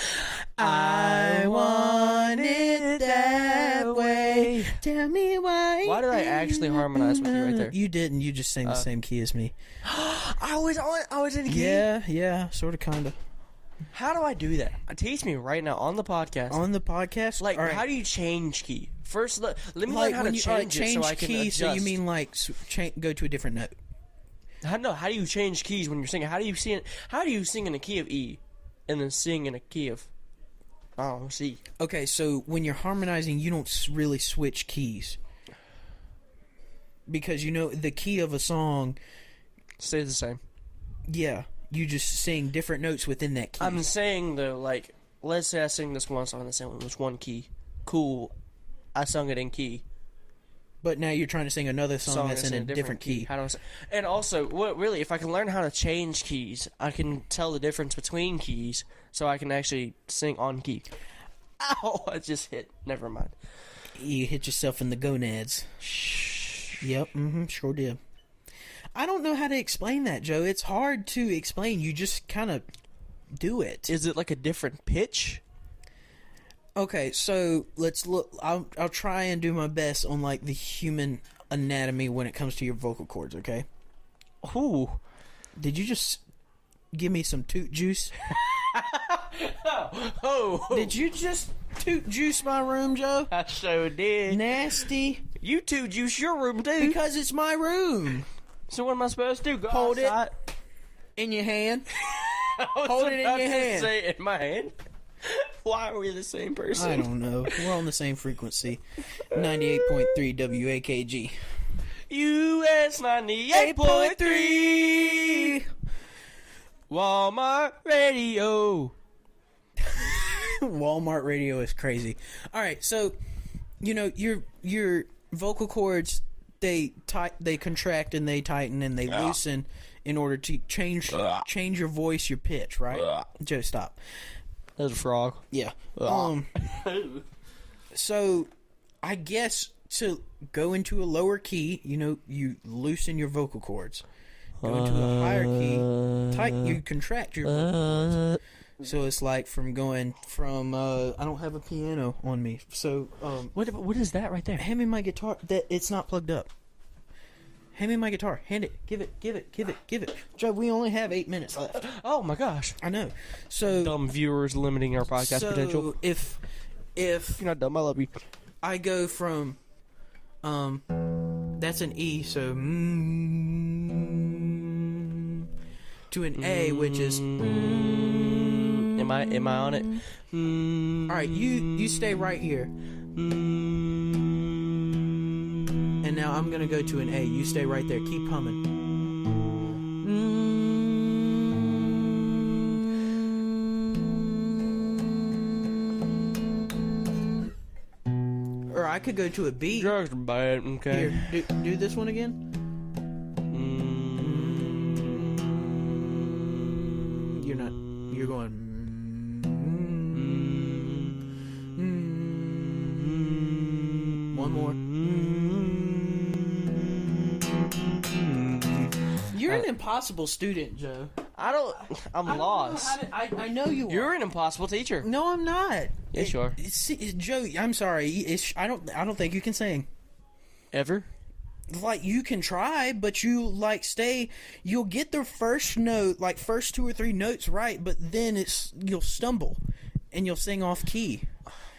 I want it that way. Tell me why.
Why did I actually harmonize with you right there?
You didn't. You just sang the same key as me.
I was on. I was in key.
Yeah, yeah, sort of, kind of.
How do I do that? Uh, Teach me right now on the podcast.
On the podcast,
like,
all right.
how do you change key? First, let, let me learn
like
how
when
to
you all right,
change, it uh, so I can
key?
adjust.
So you mean like s- cha- go to a different note?
How no? How do you change keys when you're singing? How do you sing? How do you sing in a key of E, and then sing in a key of I don't know, C?
Okay, so when you're harmonizing, you don't s- really switch keys. Because you know the key of a song,
Stays the same.
yeah, you just sing different notes within that key.
I'm saying though, like, let's say I sing this one song, the same one was one key. Cool. I sung it in key.
but now you're trying to sing another song,
Song
that's in a, different, key.
How do I s- and also, what really, if I can learn how to change keys, I can tell the difference between keys, so I can actually sing on key. Ow! I just hit. Never mind.
You hit yourself in the gonads. Yep, mm-hmm, sure did. I don't know how to explain that, Joe. It's hard to explain. You just kind of do it.
Is it like a different pitch?
Okay, so let's look. I'll I'll try and do my best on like the human anatomy when it comes to your vocal cords. Okay.
Ooh.
Did you just give me some toot juice?
Oh,
Did you just toot juice my room, Joe?
I so did.
Nasty.
You two juice your room too.
Because it's my room.
so what am I supposed to do? Go
Hold it.
outside?
In your hand.
I was
Hold it in
about
your
to
hand.
Say it in my hand. Why are we the same person?
I don't know. We're on the same frequency. 98.3 WAKG.
US 98.3 Walmart Radio.
Walmart radio is crazy. All right, so you know your your vocal cords they tight they contract and they tighten and they loosen in order to change change your voice, your pitch, right? Joe, stop.
That's a frog.
Yeah. Um. so, I guess to go into a lower key, you know, you loosen your vocal cords. Go into a higher key, tight. You contract your vocal cords. So it's like from going from. Uh, I don't have a piano on me, so um,
What what is that right there?
hand me my guitar. That it's not plugged up. Hand me my guitar. Hand it. Give it. Give it. Give it. Give it. Joe, we only have eight minutes left.
Oh my gosh.
I know. So
Dumb viewers limiting our podcast
so
potential.
if if
You're not dumb, I love you.
I go from um that's an E, so mm, to an A, which is all
Mm, Am I am I on it? Mm,
right. You you stay right here, and now I'm gonna go to an A. You stay right there. Keep humming. Or I could go to a B.
drugs are bad, okay.
Here, do, do this one again. Mm. You're not. You're going. mm. One more. You're an impossible student, Joe.
I don't I'm lost.
Uh, I, I know you are.
You're an impossible teacher.
no, I'm not.
Yes, you are.
It's- it's- Joe, I'm sorry. It's, I don't. I don't think you can sing.
Ever?
like you can try but you like stay you'll get the first note like first two or three notes right but then it's you'll stumble and you'll sing off key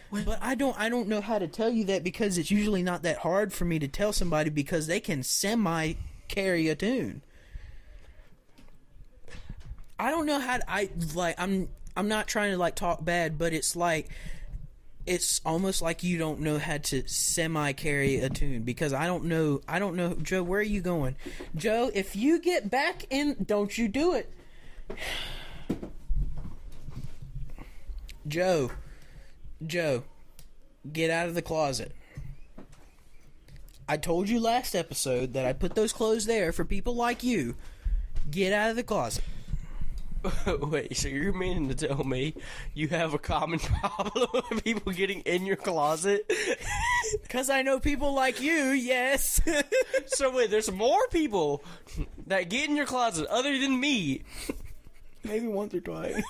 but i don't i don't know how to tell you that because it's usually not that hard for me to tell somebody because they can semi carry a tune i don't know how to, i like i'm i'm not trying to like talk bad but it's like it's almost like you don't know how to semi carry a tune because I don't know I don't know Joe where are you going Joe if you get back in don't you do it Joe Joe get out of the closet I told you last episode that I put those clothes there for people like you get out of the closet
Wait, so you're meaning to tell me you have a common problem with people getting in your closet?
cuz I know people like you yes
so wait, there's more people that get in your closet other than me.
maybe once or twice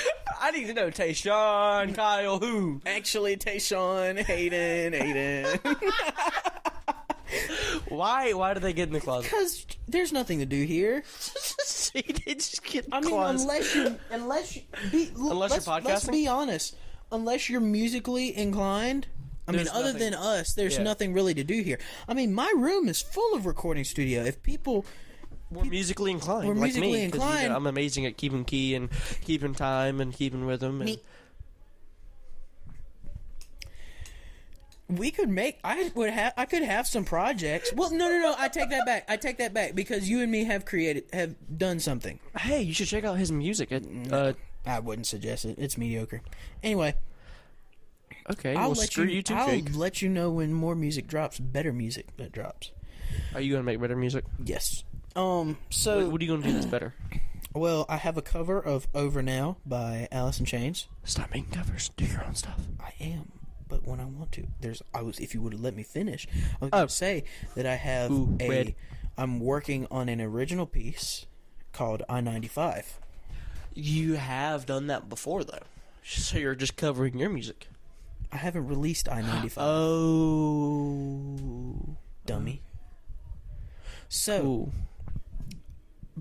I need to know Tayshawn, Kyle, who?
Actually, Tayshawn, Hayden, Hayden.
Why? Why do they get in the closet?
Because there's nothing to do here.
See, they just get in the
I mean,
closet.
unless you, unless you, be,
Unless
let's,
you're
Let's
podcasting?
be honest. Unless you're musically inclined. I
There's
mean, other
nothing.
than us, there's
Yeah.
nothing really to do here. I mean, my room is full of recording studio. If people
we're musically inclined.
We're
like
musically
me, 'cause, you know,
inclined.
I'm amazing at keeping key and keeping time and keeping rhythm. And
Me- we could make I would have I could have some projects. Well, no, no, no. I take that back. I take that back because you and me have created have done something.
hey, you should check out his music. It, uh,
I wouldn't suggest it. It's mediocre. Anyway,
okay,
I'll
well,
let
screw
you.
you, too,
I'll
Jake.
let you know when more music drops. Better music that drops.
Are you gonna make better music?
Yes. Um. So
What are you gonna do that's better?
well, I have a cover of "Over Now" by Alice in Chains.
Stop making covers. Do your own stuff.
I am, but when I want to, there's. I was. If you would have let me finish, I was going to say that I have
Oh. Ooh,
a.
red.
am working on an original piece called I ninety five.
You have done that before, though. So you're just covering your music.
I haven't released I ninety
Uh,
five,
Oh.
dummy. So,
Ooh.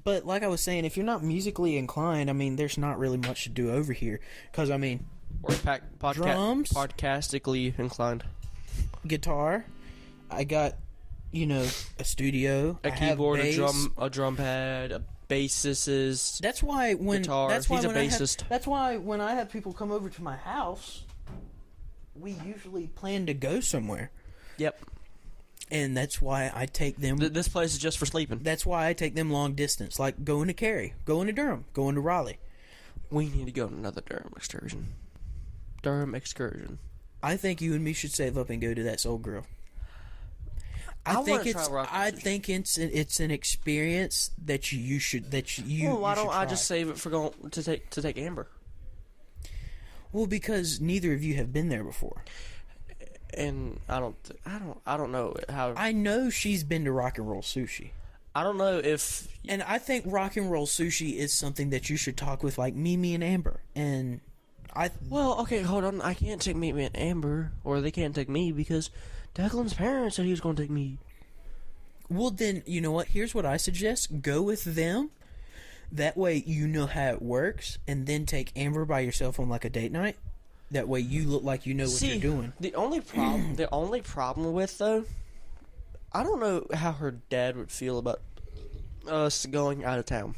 but like I was saying, if you're not musically inclined, I mean, there's not really much to do over here. Because I mean,
Or pack, podca-
Drums?
podcastically inclined.
guitar, I got, you know, a studio,
A
I have
keyboard, a
bass.
drum, a drum pad, a bassist.
That's why when
Guitar.
that's why
He's a
when I have-
bassist.
that's why when I have people come over to my house, we usually plan to go somewhere,
Yep.
and that's why I take them.
Th- this place is just for sleeping.
that's why I take them long distance, like going to Cary, going to Durham, going to Raleigh.
We need to go on another Durham excursion. Durham excursion.
I think you and me should save up and go to that Soul Grill. I,
wanna
think
try
it's.
rock
I
concerts.
think it's an, it's an experience that you should that you.
well, why
you should
don't I
try.
just save it for going to take to take Amber?
Well, because neither of you have been there before.
And I don't, th- I don't, I don't know how. I,
I know she's been to Rock and Roll Sushi.
don't know if
And I think rock and roll sushi is something that you should talk with like Mimi and Amber. And I
Well, okay, hold on. I can't take me and Amber, or they can't take me because Declan's parents said he was going to take me.
well then you know what? Here's what I suggest: go with them. That way you know how it works, and then take Amber by yourself on like a date night. That way you look like you know what you're doing.
the only problem, the only problem with though, I don't know how her dad would feel about us going out of town.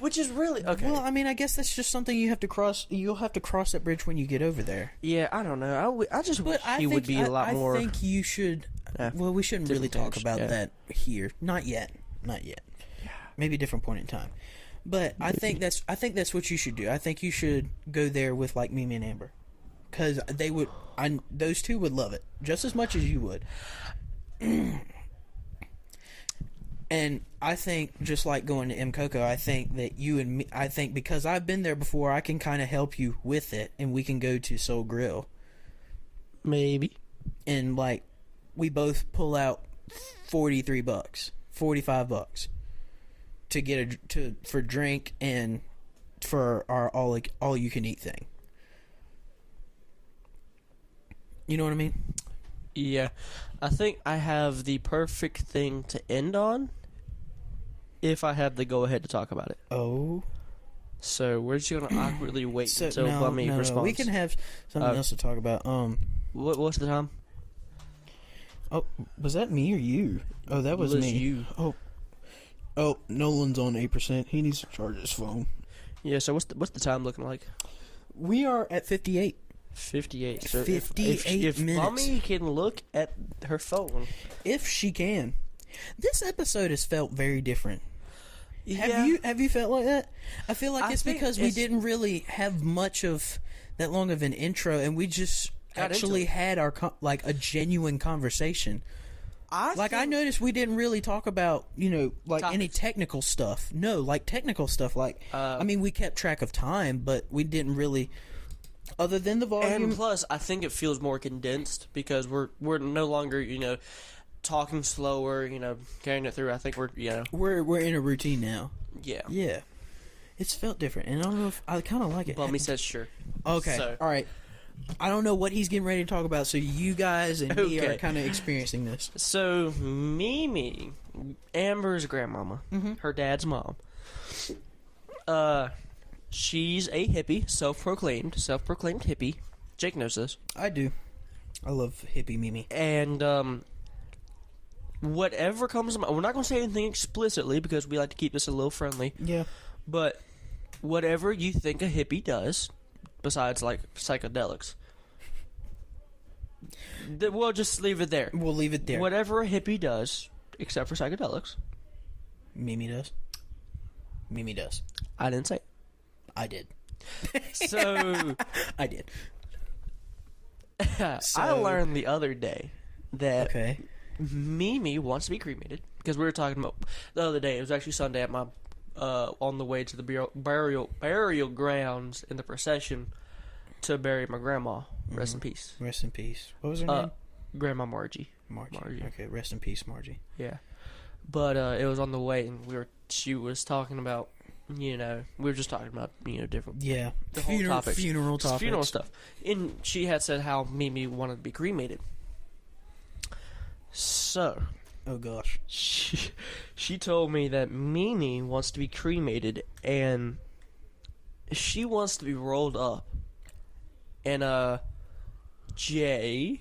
Which is really okay.
Well, I mean, I guess that's just something you have to cross. You'll have to cross that bridge when you get over there.
yeah, I don't know. I, w- I just wish
But I
he
think,
would be
I,
a lot
I
more.
think you should.
Yeah.
well, we shouldn't really
Different
talk
page,
about
yeah.
that here. Not yet. Not yet. Maybe a different point in time. But I think that's I think that's what you should do. I think you should go there with like Mimi and Amber, because they would. I those two would love it just as much as you would. And I think just like going to M Coco, I think that you and me, I think because I've been there before, I can kind of help you with it, and we can go to Soul Grill
maybe.
and like we both pull out 43 bucks 45 bucks to get a to for drink and for our all all you can eat thing you know what i mean
Yeah. I think I have the perfect thing to end on if I have the go ahead to talk about it.
oh
So we're just gonna awkwardly wait
so
until
no,
Bummy
no, no,
responds.
we can have something
Uh,
else to talk about um
what, what's the time?
oh was that me or you oh that was,
Was
me
you.
oh oh nolan's on 8% he needs to charge his phone
Yeah. So what's the, what's the time looking like?
we are at 58
Fifty-eight. So if- if-
58
if,
minutes.
Bummy can look at her phone,
if she can. This episode has felt very different. Have
Yeah.
you have you felt like that? I feel like
I
it's
think
because we
it's-
didn't really have much of that long of an intro, and we just
Got into
actually
it.
had our con- like a genuine conversation.
I
Like I
think-
noticed we didn't really talk about you know like any
Topics. Uh.
technical stuff. No, like technical stuff. Like I mean, we kept track of time, but we didn't really. Other than the volume,
And plus, I think it feels more condensed because we're we're no longer you know talking slower, you know carrying it through. I think we're you know
we're we're in a routine now.
yeah.
Yeah. It's felt different, and I don't know if I kind of like it.
Bummy says sure.
okay,
so-
all right. I don't know what he's getting ready to talk about, so you guys and me
Okay.
are kind of experiencing this.
So Mimi, Amber's grandmama, her dad's mom. Uh, she's a hippie, self-proclaimed, self-proclaimed hippie. Jake knows this,
I do. I love hippie Mimi.
and um, whatever comes to mind. We're not going to say anything explicitly because we like to keep this a little friendly.
Yeah.
But whatever you think a hippie does, besides like psychedelics, th- we'll just leave it there.
We'll leave it there.
Whatever a hippie does, except for psychedelics,
Mimi does. Mimi does.
I didn't say.
I did.
So
I did.
I
So-
learned the other day that
Okay.
Mimi wants to be cremated because we were talking about the other day. It was actually Sunday at my uh, on the way to the burial burial, burial grounds in the procession to bury my grandma.
Mm-hmm.
Rest in peace,
Rest in peace. What was her
uh,
name?
Grandma Margie.
Margie.
Margie.
Okay. Rest in peace, Margie.
Yeah, but uh, it was on the way, and we were she was talking about you know we were just talking about you know different
Yeah.
the whole
funeral
topics.
funeral
Just
topics.
funeral stuff. And she had said how Mimi wanted to be cremated. So
Oh gosh.
she, she told me that Mimi wants to be cremated and she wants to be rolled up uh, in a J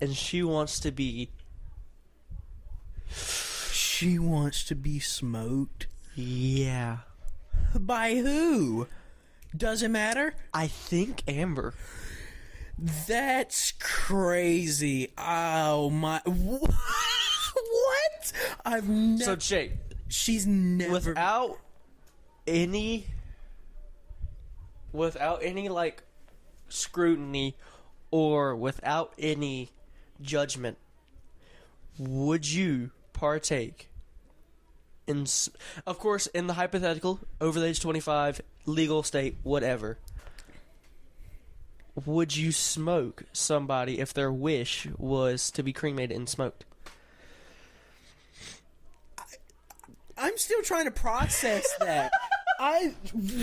and she wants to be
She wants to be smoked.
yeah.
By who? Doesn't matter.
I think Amber.
That's crazy. Oh my. What? I've never.
So Jake,
she's never.
without any without any like scrutiny or without any judgment would you partake in s- of course in the hypothetical over the age 25 legal state whatever would you smoke somebody if their wish was to be cremated and smoked
I'm still trying to process that. I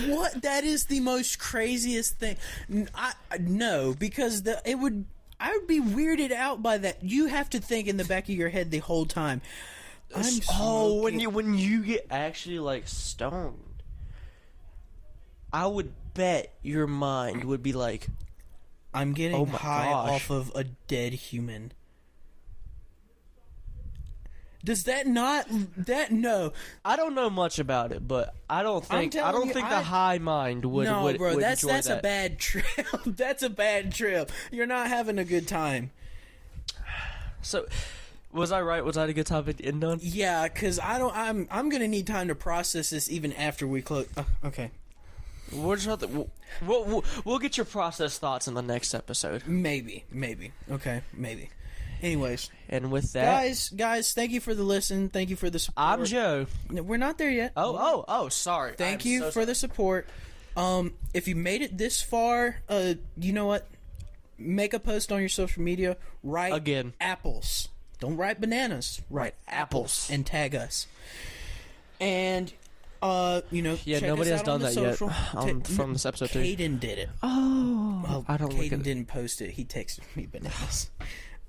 what that is the most craziest thing. N- I no because the it would I would be weirded out by that. You have to think in the back of your head the whole time. I'm
Oh,
smoking-
when you when you get actually like stoned, I would bet your mind would be like,
I'm getting
Oh my
high
gosh.
off of a dead human. Does that not that no?
I don't know much about it, but I don't
I'm
think I
telling
don't
you,
think
I-
the high mind would
no,
would,
bro,
would
that's
enjoy
that's
that.
a bad trip. that's a bad trip. You're not having a good time.
So, was I right? Was that a good topic to end on?
Yeah, cause I don't. I'm I'm gonna need time to process this even after we close. Uh, okay,
We're just about to- we'll, we'll, we'll, we'll get your process thoughts in the next episode.
maybe, maybe. Okay, maybe. Anyways,
And with that,
guys, guys, thank you for the listen. Thank you for the support.
I'm Joe.
No, We're not there yet.
Oh, oh, oh! Sorry.
thank
I'm
you
so
for the support. Um, if you made it this far, uh, you know what? Make a post on your social media. Write
Again.
apples. Don't write bananas. Write
apples.
and tag us. And uh, you know,
Yeah,
check
nobody
us
has
out on
done
the
that yet,
social.
um,
Ta-
from this episode too.
Caden did it.
Oh, I don't look
Caden
at it.
didn't post it. He texted me bananas.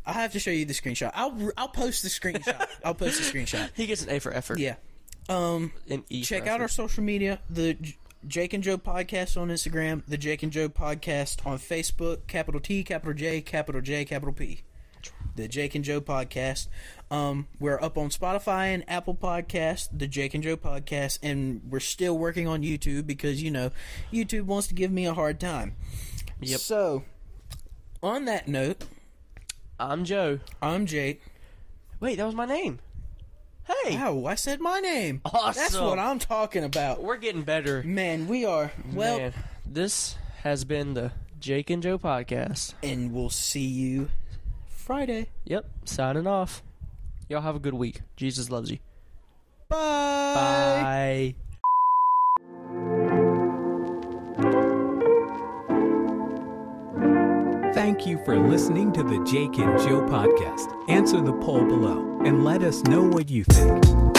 I have to show you the screenshot. I'll I'll post the screenshot. I'll post the screenshot.
He gets an A for effort.
Yeah. Um,
An E. for
check out our
effort.
social media the J- jake and joe podcast on instagram the jake and joe podcast on facebook capital t capital j capital j capital p the jake and joe podcast um, we're up on spotify and apple podcast the jake and joe podcast and we're still working on youtube because you know youtube wants to give me a hard time
Yep.
so on that note
I'm Joe.
i'm jake
Wait, that was my name. Hey,
wow i said my name that's
Awesome.
what i'm talking about
we're getting better.
man we are well
Man, this has been the Jake and Joe podcast.
and we'll see you Friday.
Yep, signing off. Y'all have a good week. Jesus loves you.
Bye.
Bye.
Thank you for listening to the Jake and Joe podcast. Answer the poll below and let us know what you think.